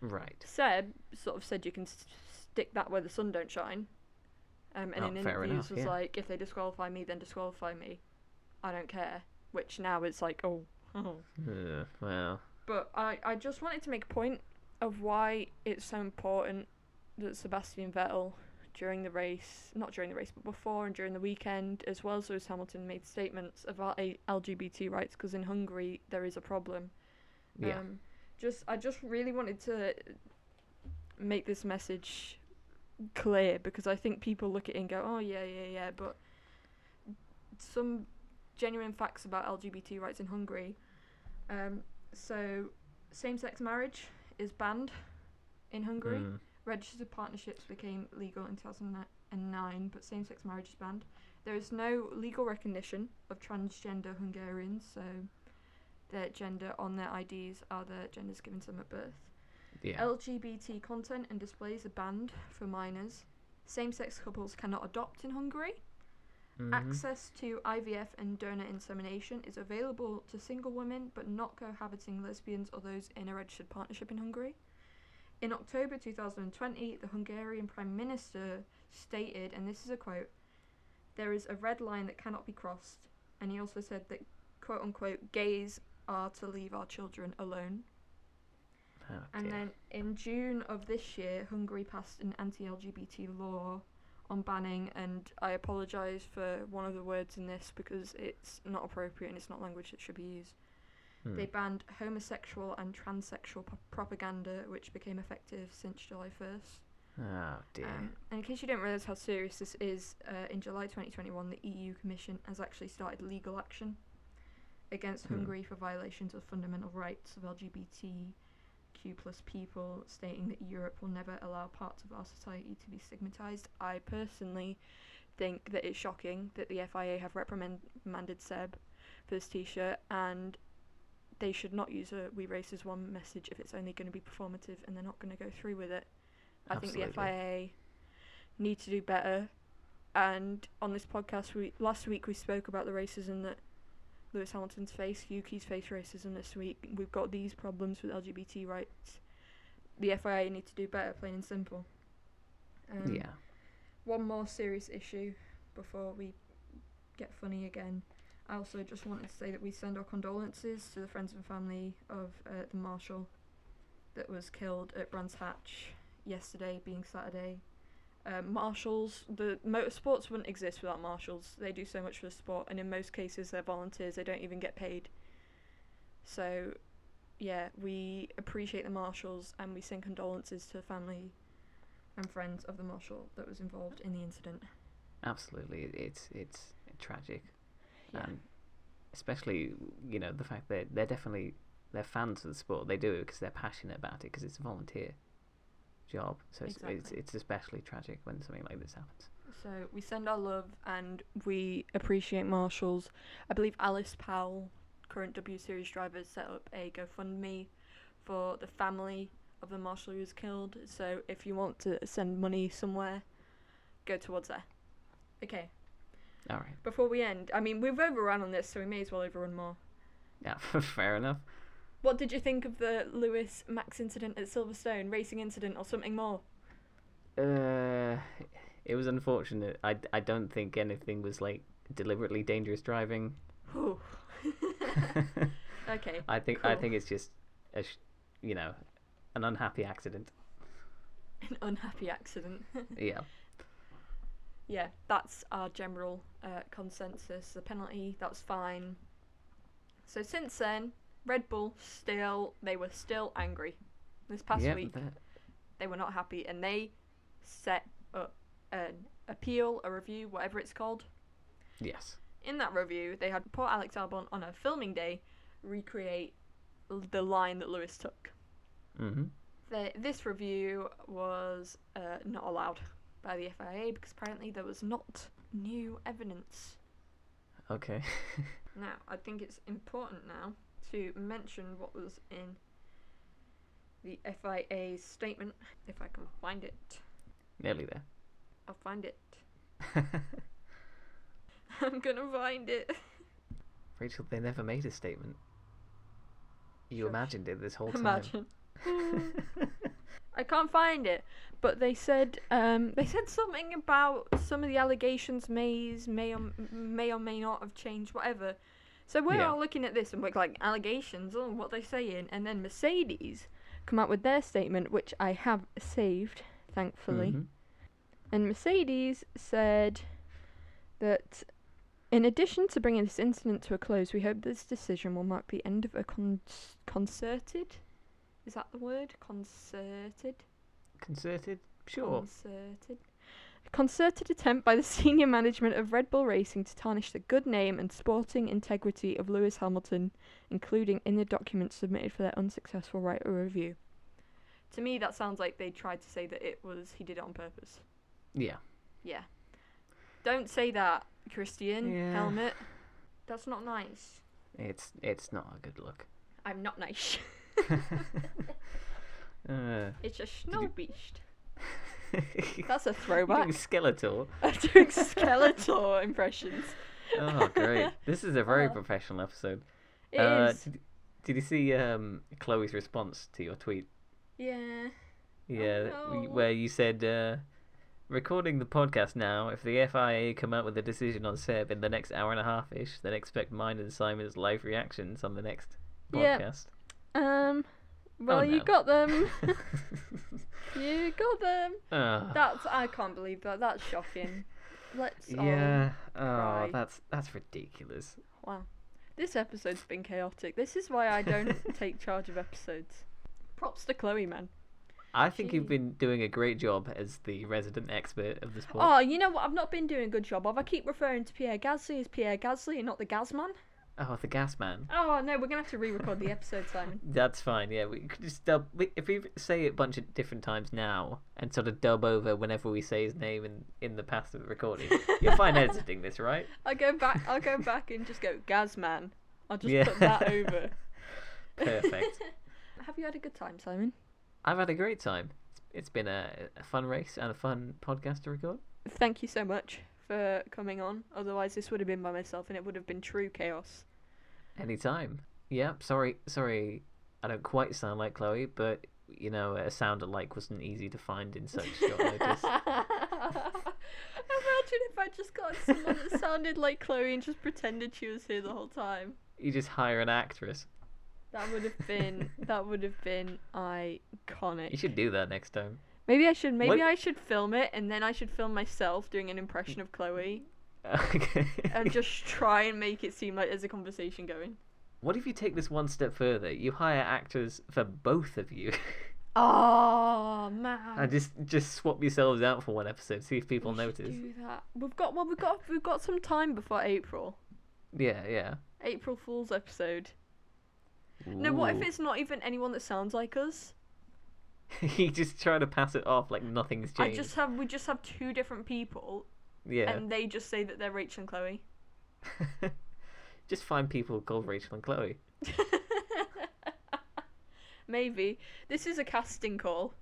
[SPEAKER 3] Right.
[SPEAKER 1] Seb sort of said you can s- stick that where the sun don't shine. Um, and
[SPEAKER 3] Oh,
[SPEAKER 1] in
[SPEAKER 3] fair
[SPEAKER 1] interviews
[SPEAKER 3] enough,
[SPEAKER 1] was
[SPEAKER 3] yeah.
[SPEAKER 1] like, if they disqualify me, then disqualify me. I don't care. Which now it's like, oh. oh.
[SPEAKER 3] Ugh, well,
[SPEAKER 1] But I, I just wanted to make a point of why it's so important that Sebastian Vettel, during the race, not during the race, but before and during the weekend, as well as Lewis Hamilton, made statements about a- LGBT rights because in Hungary there is a problem.
[SPEAKER 3] yeah.
[SPEAKER 1] Um, just I just really wanted to make this message clear because I think people look at it and go, "Oh yeah, yeah, yeah," but some genuine facts about LGBT rights in Hungary. Um, so same-sex marriage is banned in Hungary.
[SPEAKER 3] Mm.
[SPEAKER 1] Registered partnerships became legal in 2009, but same sex marriage is banned. There is no legal recognition of transgender Hungarians, so their gender on their IDs are the genders given to them at birth.
[SPEAKER 3] Yeah.
[SPEAKER 1] Oh, LGBT content and displays are banned for minors. Same sex couples cannot adopt in Hungary.
[SPEAKER 3] Mhm.
[SPEAKER 1] Access to IVF and donor insemination is available to single women, but not cohabiting lesbians or those in a registered partnership in Hungary. In October 2020, the Hungarian Prime Minister stated, and this is a quote, there is a red line that cannot be crossed. And he also said that, quote unquote, gays are to leave our children alone.
[SPEAKER 3] Oh,
[SPEAKER 1] And
[SPEAKER 3] dear.
[SPEAKER 1] then in June of this year, Hungary passed an anti LGBT law on banning, and I apologise for one of the words in this because it's not appropriate and it's not language that should be used.
[SPEAKER 3] Hmm.
[SPEAKER 1] They banned homosexual and transsexual p- propaganda, which became effective since July 1st.
[SPEAKER 3] Oh dear.
[SPEAKER 1] Um, and in case you don't realise how serious this is, uh, in July 2021, the EU Commission has actually started legal action against
[SPEAKER 3] Hmm.
[SPEAKER 1] Hungary for violations of fundamental rights of LGBTQ plus people, stating that Europe will never allow parts of our society to be stigmatised. I personally think that it's shocking that the FIA have reprimanded Seb for this T-shirt, and they should not use a "We Race as One" message if it's only going to be performative, and they're not going to go through with it. I think the
[SPEAKER 3] Absolutely.
[SPEAKER 1] FIA need to do better. And on this podcast, we last week we spoke about the racism that Lewis Hamilton's faced, Yuki's faced racism this week. We've got these problems with LGBT rights. The FIA need to do better, plain and simple. Um,
[SPEAKER 3] yeah.
[SPEAKER 1] one more serious issue before we get funny again. I also just wanted to say that we send our condolences to the friends and family of uh, the marshal that was killed at Brands Hatch yesterday, being Saturday. Um, marshals, the motorsports wouldn't exist without marshals. They do so much for the sport, and in most cases, they're volunteers. They don't even get paid. So, yeah, we appreciate the marshals, and we send condolences to the family and friends of the marshal that was involved in the incident.
[SPEAKER 3] Absolutely. It- It's it's tragic.
[SPEAKER 1] Yeah.
[SPEAKER 3] And especially you know the fact that they're definitely they're fans of the sport. They do it because they're passionate about it because it's a volunteer job. So it's, it's
[SPEAKER 1] Exactly.
[SPEAKER 3] it's especially tragic when something like this happens.
[SPEAKER 1] So we send our love and we appreciate marshals. I believe Alice Powell, current W Series driver, has set up a GoFundMe for the family of the marshal who was killed. So if you want to send money somewhere, go towards there. Okay,
[SPEAKER 3] All right.
[SPEAKER 1] before we end, I mean, we've overrun on this, so we may as well overrun more.
[SPEAKER 3] Yeah. Fair enough.
[SPEAKER 1] What did you think of the Lewis Max incident at Silverstone, racing incident, or something more?
[SPEAKER 3] Uh, it was unfortunate. I, I don't think anything was like deliberately dangerous driving.
[SPEAKER 1] Whew. okay.
[SPEAKER 3] I think I
[SPEAKER 1] cool.
[SPEAKER 3] think it's just a sh- you know an unhappy accident.
[SPEAKER 1] an unhappy accident.
[SPEAKER 3] Yeah.
[SPEAKER 1] yeah, that's our general uh, consensus. The penalty, that's fine. So since then, Red Bull still they were still angry. This past
[SPEAKER 3] yeah.
[SPEAKER 1] week
[SPEAKER 3] that-
[SPEAKER 1] they were not happy and they set up an appeal, a review, whatever it's called.
[SPEAKER 3] yes.
[SPEAKER 1] In that review, they had poor Alex Albon on a filming day recreate l- the line that Lewis took.
[SPEAKER 3] Mm-hmm.
[SPEAKER 1] The, this review was uh, not allowed. by the FIA because apparently there was not new evidence.
[SPEAKER 3] Okay.
[SPEAKER 1] Now, I think it's important now to mention what was in the FIA's statement, if I can find it.
[SPEAKER 3] Nearly there.
[SPEAKER 1] I'll find it. I'm gonna find it.
[SPEAKER 3] Rachel, they never made a statement. You
[SPEAKER 1] Shush.
[SPEAKER 3] imagined it this whole time.
[SPEAKER 1] Imagine. I can't find it, but they said um, they said something about some of the allegations Mays may or may or may not have changed, whatever. So we're
[SPEAKER 3] Yeah.
[SPEAKER 1] all looking at this and we're like allegations, oh, what they saying, and then Mercedes come out with their statement, which I have saved, thankfully.
[SPEAKER 3] Mhm.
[SPEAKER 1] And Mercedes said that in addition to bringing this incident to a close, we hope this decision will mark the end of a con- concerted. Is that the word? Concerted?
[SPEAKER 3] Concerted? Sure.
[SPEAKER 1] Concerted. Concerted attempt by the senior management of Red Bull Racing to tarnish the good name and sporting integrity of Lewis Hamilton, including in the documents submitted for their unsuccessful writer review. To me, that sounds like they tried to say that it was he did it on purpose.
[SPEAKER 3] Yeah.
[SPEAKER 1] Yeah. Don't say that, Christian
[SPEAKER 3] Yeah.
[SPEAKER 1] Helmet. That's not nice.
[SPEAKER 3] It's it's not a good look.
[SPEAKER 1] I'm not nice.
[SPEAKER 3] uh,
[SPEAKER 1] it's a
[SPEAKER 3] you-
[SPEAKER 1] schnobbeast. That's a
[SPEAKER 3] You're
[SPEAKER 1] throwback.
[SPEAKER 3] doing Skeletor.
[SPEAKER 1] I'm doing Skeletor impressions.
[SPEAKER 3] Oh, great. This is a very
[SPEAKER 1] Oh.
[SPEAKER 3] professional episode.
[SPEAKER 1] It is.
[SPEAKER 3] uh, Did, did you see um, Chloe's response to your tweet?
[SPEAKER 1] Yeah.
[SPEAKER 3] Yeah, w-
[SPEAKER 1] Oh, no.
[SPEAKER 3] where you said, uh, recording the podcast now, if the FIA come out with a decision on Seb in the next hour and a half ish, then expect mine and Simon's live reactions on the next
[SPEAKER 1] Yeah.
[SPEAKER 3] podcast.
[SPEAKER 1] Um. Well, you
[SPEAKER 3] Oh, no.
[SPEAKER 1] got them. you got them.
[SPEAKER 3] Ah,
[SPEAKER 1] That's. I can't believe that. That's shocking. Let's. um, all-
[SPEAKER 3] yeah.
[SPEAKER 1] cry.
[SPEAKER 3] Oh, that's that's ridiculous.
[SPEAKER 1] Wow. This episode's been chaotic. This is why I don't take charge of episodes. Props to Chloe, man.
[SPEAKER 3] I think
[SPEAKER 1] Gee.
[SPEAKER 3] you've been doing a great job as the resident expert of the sport.
[SPEAKER 1] Oh, you know what? I've not been doing a good job of. I keep referring to Pierre Gasly as Pierre Gasly and not the Gasman.
[SPEAKER 3] Oh, the gas man.
[SPEAKER 1] Oh no, we're gonna have to re-record the episode, Simon.
[SPEAKER 3] That's fine. Yeah, we could just dub. We, if we say it a bunch of different times now and sort of dub over whenever we say his name in in the past of the recording, you're fine editing this, right?
[SPEAKER 1] I'll go back. I'll go back and just go Gasman. I'll just
[SPEAKER 3] Yeah.
[SPEAKER 1] put that over.
[SPEAKER 3] Perfect.
[SPEAKER 1] have you had a good time, Simon?
[SPEAKER 3] I've had a great time. It's, it's been a, a fun race and a fun podcast to record.
[SPEAKER 1] Thank you so much for coming on. Otherwise, this would have been by myself, and it would have been true chaos.
[SPEAKER 3] Anytime. Yeah. Sorry. Sorry. I don't quite sound like Chloe, but you know, a sound alike wasn't easy to find in such short notice.
[SPEAKER 1] Imagine if I just got someone that sounded like Chloe and just pretended she was here the whole time.
[SPEAKER 3] You just hire an actress.
[SPEAKER 1] That would have been that would have been
[SPEAKER 3] You
[SPEAKER 1] iconic.
[SPEAKER 3] should do that next time.
[SPEAKER 1] Maybe I should maybe
[SPEAKER 3] What-
[SPEAKER 1] I should film it and then I should film myself doing an impression of Chloe
[SPEAKER 3] Okay.
[SPEAKER 1] and just try and make it seem like there's a conversation going.
[SPEAKER 3] What if you take this one step further? You hire actors for both of you,
[SPEAKER 1] Oh man.
[SPEAKER 3] and just just swap yourselves out for one episode. See if people
[SPEAKER 1] We should
[SPEAKER 3] notice.
[SPEAKER 1] Do that. We've got well we've got we've got some time before April.
[SPEAKER 3] Yeah, yeah.
[SPEAKER 1] April Fool's episode. No, what if it's not even anyone that sounds like us?
[SPEAKER 3] it's you just try to pass it off like nothing's
[SPEAKER 1] I
[SPEAKER 3] changed?
[SPEAKER 1] just have we just have two different people
[SPEAKER 3] Yeah.
[SPEAKER 1] and they just say that they're Rachel and Chloe.
[SPEAKER 3] just find people called Rachel and Chloe.
[SPEAKER 1] Maybe. This is a casting call.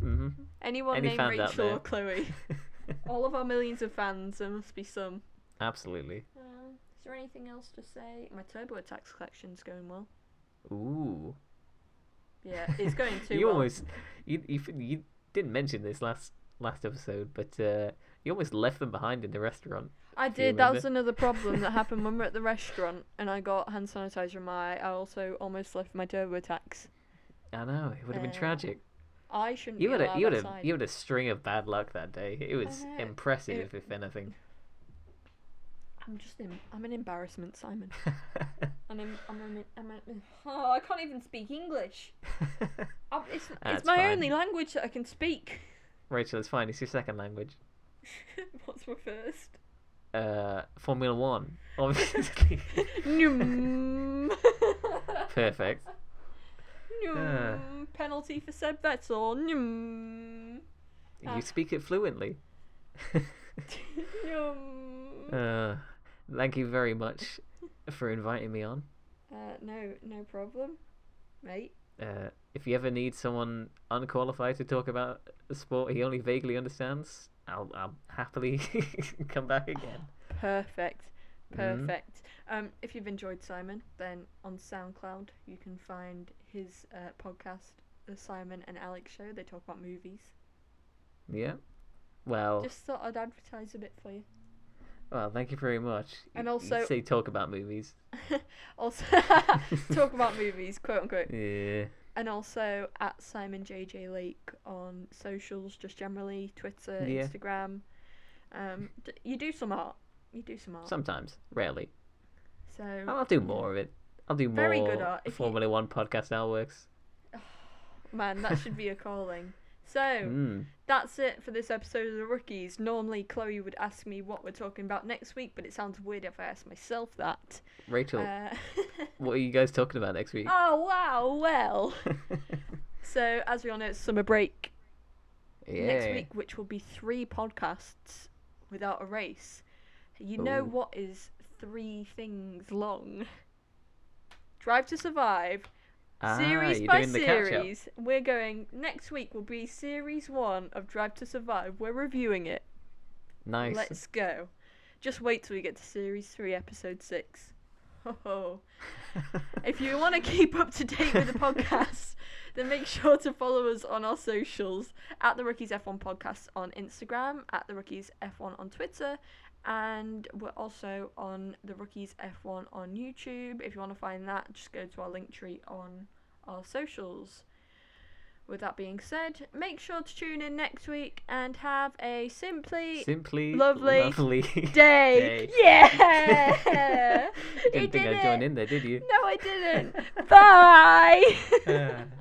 [SPEAKER 3] hmm
[SPEAKER 1] Anyone
[SPEAKER 3] Any
[SPEAKER 1] named
[SPEAKER 3] fans out
[SPEAKER 1] Rachel
[SPEAKER 3] there?
[SPEAKER 1] or Chloe. All of our millions of fans, there must be some.
[SPEAKER 3] Absolutely.
[SPEAKER 1] is there anything else to say? My Turbo Attacks collection's going well.
[SPEAKER 3] Ooh.
[SPEAKER 1] Yeah, it's going too
[SPEAKER 3] you
[SPEAKER 1] well.
[SPEAKER 3] almost you, you f- you didn't mention this last last episode, but uh, you almost left them behind in the restaurant.
[SPEAKER 1] I
[SPEAKER 3] you
[SPEAKER 1] did. That
[SPEAKER 3] remember.
[SPEAKER 1] was another problem that happened when we were at the restaurant and I got hand sanitizer in my eye. I also almost left my Turbo Attacks.
[SPEAKER 3] I know it would have been
[SPEAKER 1] Uh,
[SPEAKER 3] tragic.
[SPEAKER 1] I shouldn't
[SPEAKER 3] You
[SPEAKER 1] be
[SPEAKER 3] had a
[SPEAKER 1] allowed
[SPEAKER 3] you had a
[SPEAKER 1] outside.
[SPEAKER 3] you had a string of bad luck that day. It was
[SPEAKER 1] know.
[SPEAKER 3] impressive, if anything.
[SPEAKER 1] I'm just in, I'm an embarrassment, Simon. And I'm, I'm, I'm, I'm, I'm oh, I can't even speak English. Oh, It's, it's
[SPEAKER 3] That's
[SPEAKER 1] my
[SPEAKER 3] fine.
[SPEAKER 1] only language that I can speak.
[SPEAKER 3] Rachel, it's fine. It's your second language.
[SPEAKER 1] What's my first?
[SPEAKER 3] Uh, Formula One, obviously.
[SPEAKER 1] Noom.
[SPEAKER 3] Perfect.
[SPEAKER 1] Noom. Penalty for Seb Vettel. Noom. Ah.
[SPEAKER 3] You speak it fluently.
[SPEAKER 1] Mm-hmm. Yum.
[SPEAKER 3] uh, thank you very much for inviting me on.
[SPEAKER 1] Uh, no, no problem, mate.
[SPEAKER 3] Uh, if you ever need someone unqualified to talk about a sport he only vaguely understands, I'll, I'll happily come back again.
[SPEAKER 1] Perfect.
[SPEAKER 3] Mhm.
[SPEAKER 1] Perfect. Um, if you've enjoyed Simon, then on SoundCloud you can find his uh, podcast, The Simon and Alex Show. They talk about movies.
[SPEAKER 3] Yeah. Well,
[SPEAKER 1] Just thought I'd advertise a bit for you.
[SPEAKER 3] well, Oh, thank you very much.
[SPEAKER 1] And
[SPEAKER 3] You- you
[SPEAKER 1] also-
[SPEAKER 3] say talk about movies.
[SPEAKER 1] Also, talk about movies, quote unquote.
[SPEAKER 3] Yeah.
[SPEAKER 1] And also at Simon JJ Lake on socials, just generally Twitter,
[SPEAKER 3] Yeah.
[SPEAKER 1] Instagram. Um, d- you do some art. You do some art.
[SPEAKER 3] Sometimes, rarely.
[SPEAKER 1] So
[SPEAKER 3] I'll do more of it. I'll do more
[SPEAKER 1] Mm. Very good art. If you-
[SPEAKER 3] Formula One podcast artworks.
[SPEAKER 1] man, that should be a calling. So.
[SPEAKER 3] Mm.
[SPEAKER 1] That's it for this episode of The Rookies. Normally, Chloe would ask me what we're talking about next week, but it sounds weird if I ask myself that.
[SPEAKER 3] Rachel,
[SPEAKER 1] Uh,
[SPEAKER 3] what are you guys talking about next week?
[SPEAKER 1] oh, wow, well. So, as we all know, it's summer break
[SPEAKER 3] yeah.
[SPEAKER 1] next week, which will be three podcasts without a race. You know
[SPEAKER 3] Ooh.
[SPEAKER 1] what is three things long? Drive to Survive,
[SPEAKER 3] Ah,
[SPEAKER 1] series
[SPEAKER 3] you're
[SPEAKER 1] by
[SPEAKER 3] doing the catch-up.
[SPEAKER 1] series. We're going, next week will be series one of Drive to Survive. We're reviewing it.
[SPEAKER 3] Nice.
[SPEAKER 1] Let's go. Just wait till we get to series three, episode six. Oh, if you want to keep up to date with the podcast, then make sure to follow us on our socials at the Rookies F1 Podcast on Instagram, at the Rookies F1 on Twitter, and we're also on the Rookies F1 on YouTube. If you want to find that, just go to our link tree on our socials. With that being said, make sure to tune in next week and have a simply
[SPEAKER 3] Simply
[SPEAKER 1] Lovely.
[SPEAKER 3] lovely.
[SPEAKER 1] day.
[SPEAKER 3] Day.
[SPEAKER 1] Yeah. You
[SPEAKER 3] Didn't think
[SPEAKER 1] did
[SPEAKER 3] I'd join
[SPEAKER 1] it.
[SPEAKER 3] in there, did you?
[SPEAKER 1] No, I didn't. Bye.
[SPEAKER 3] Ah.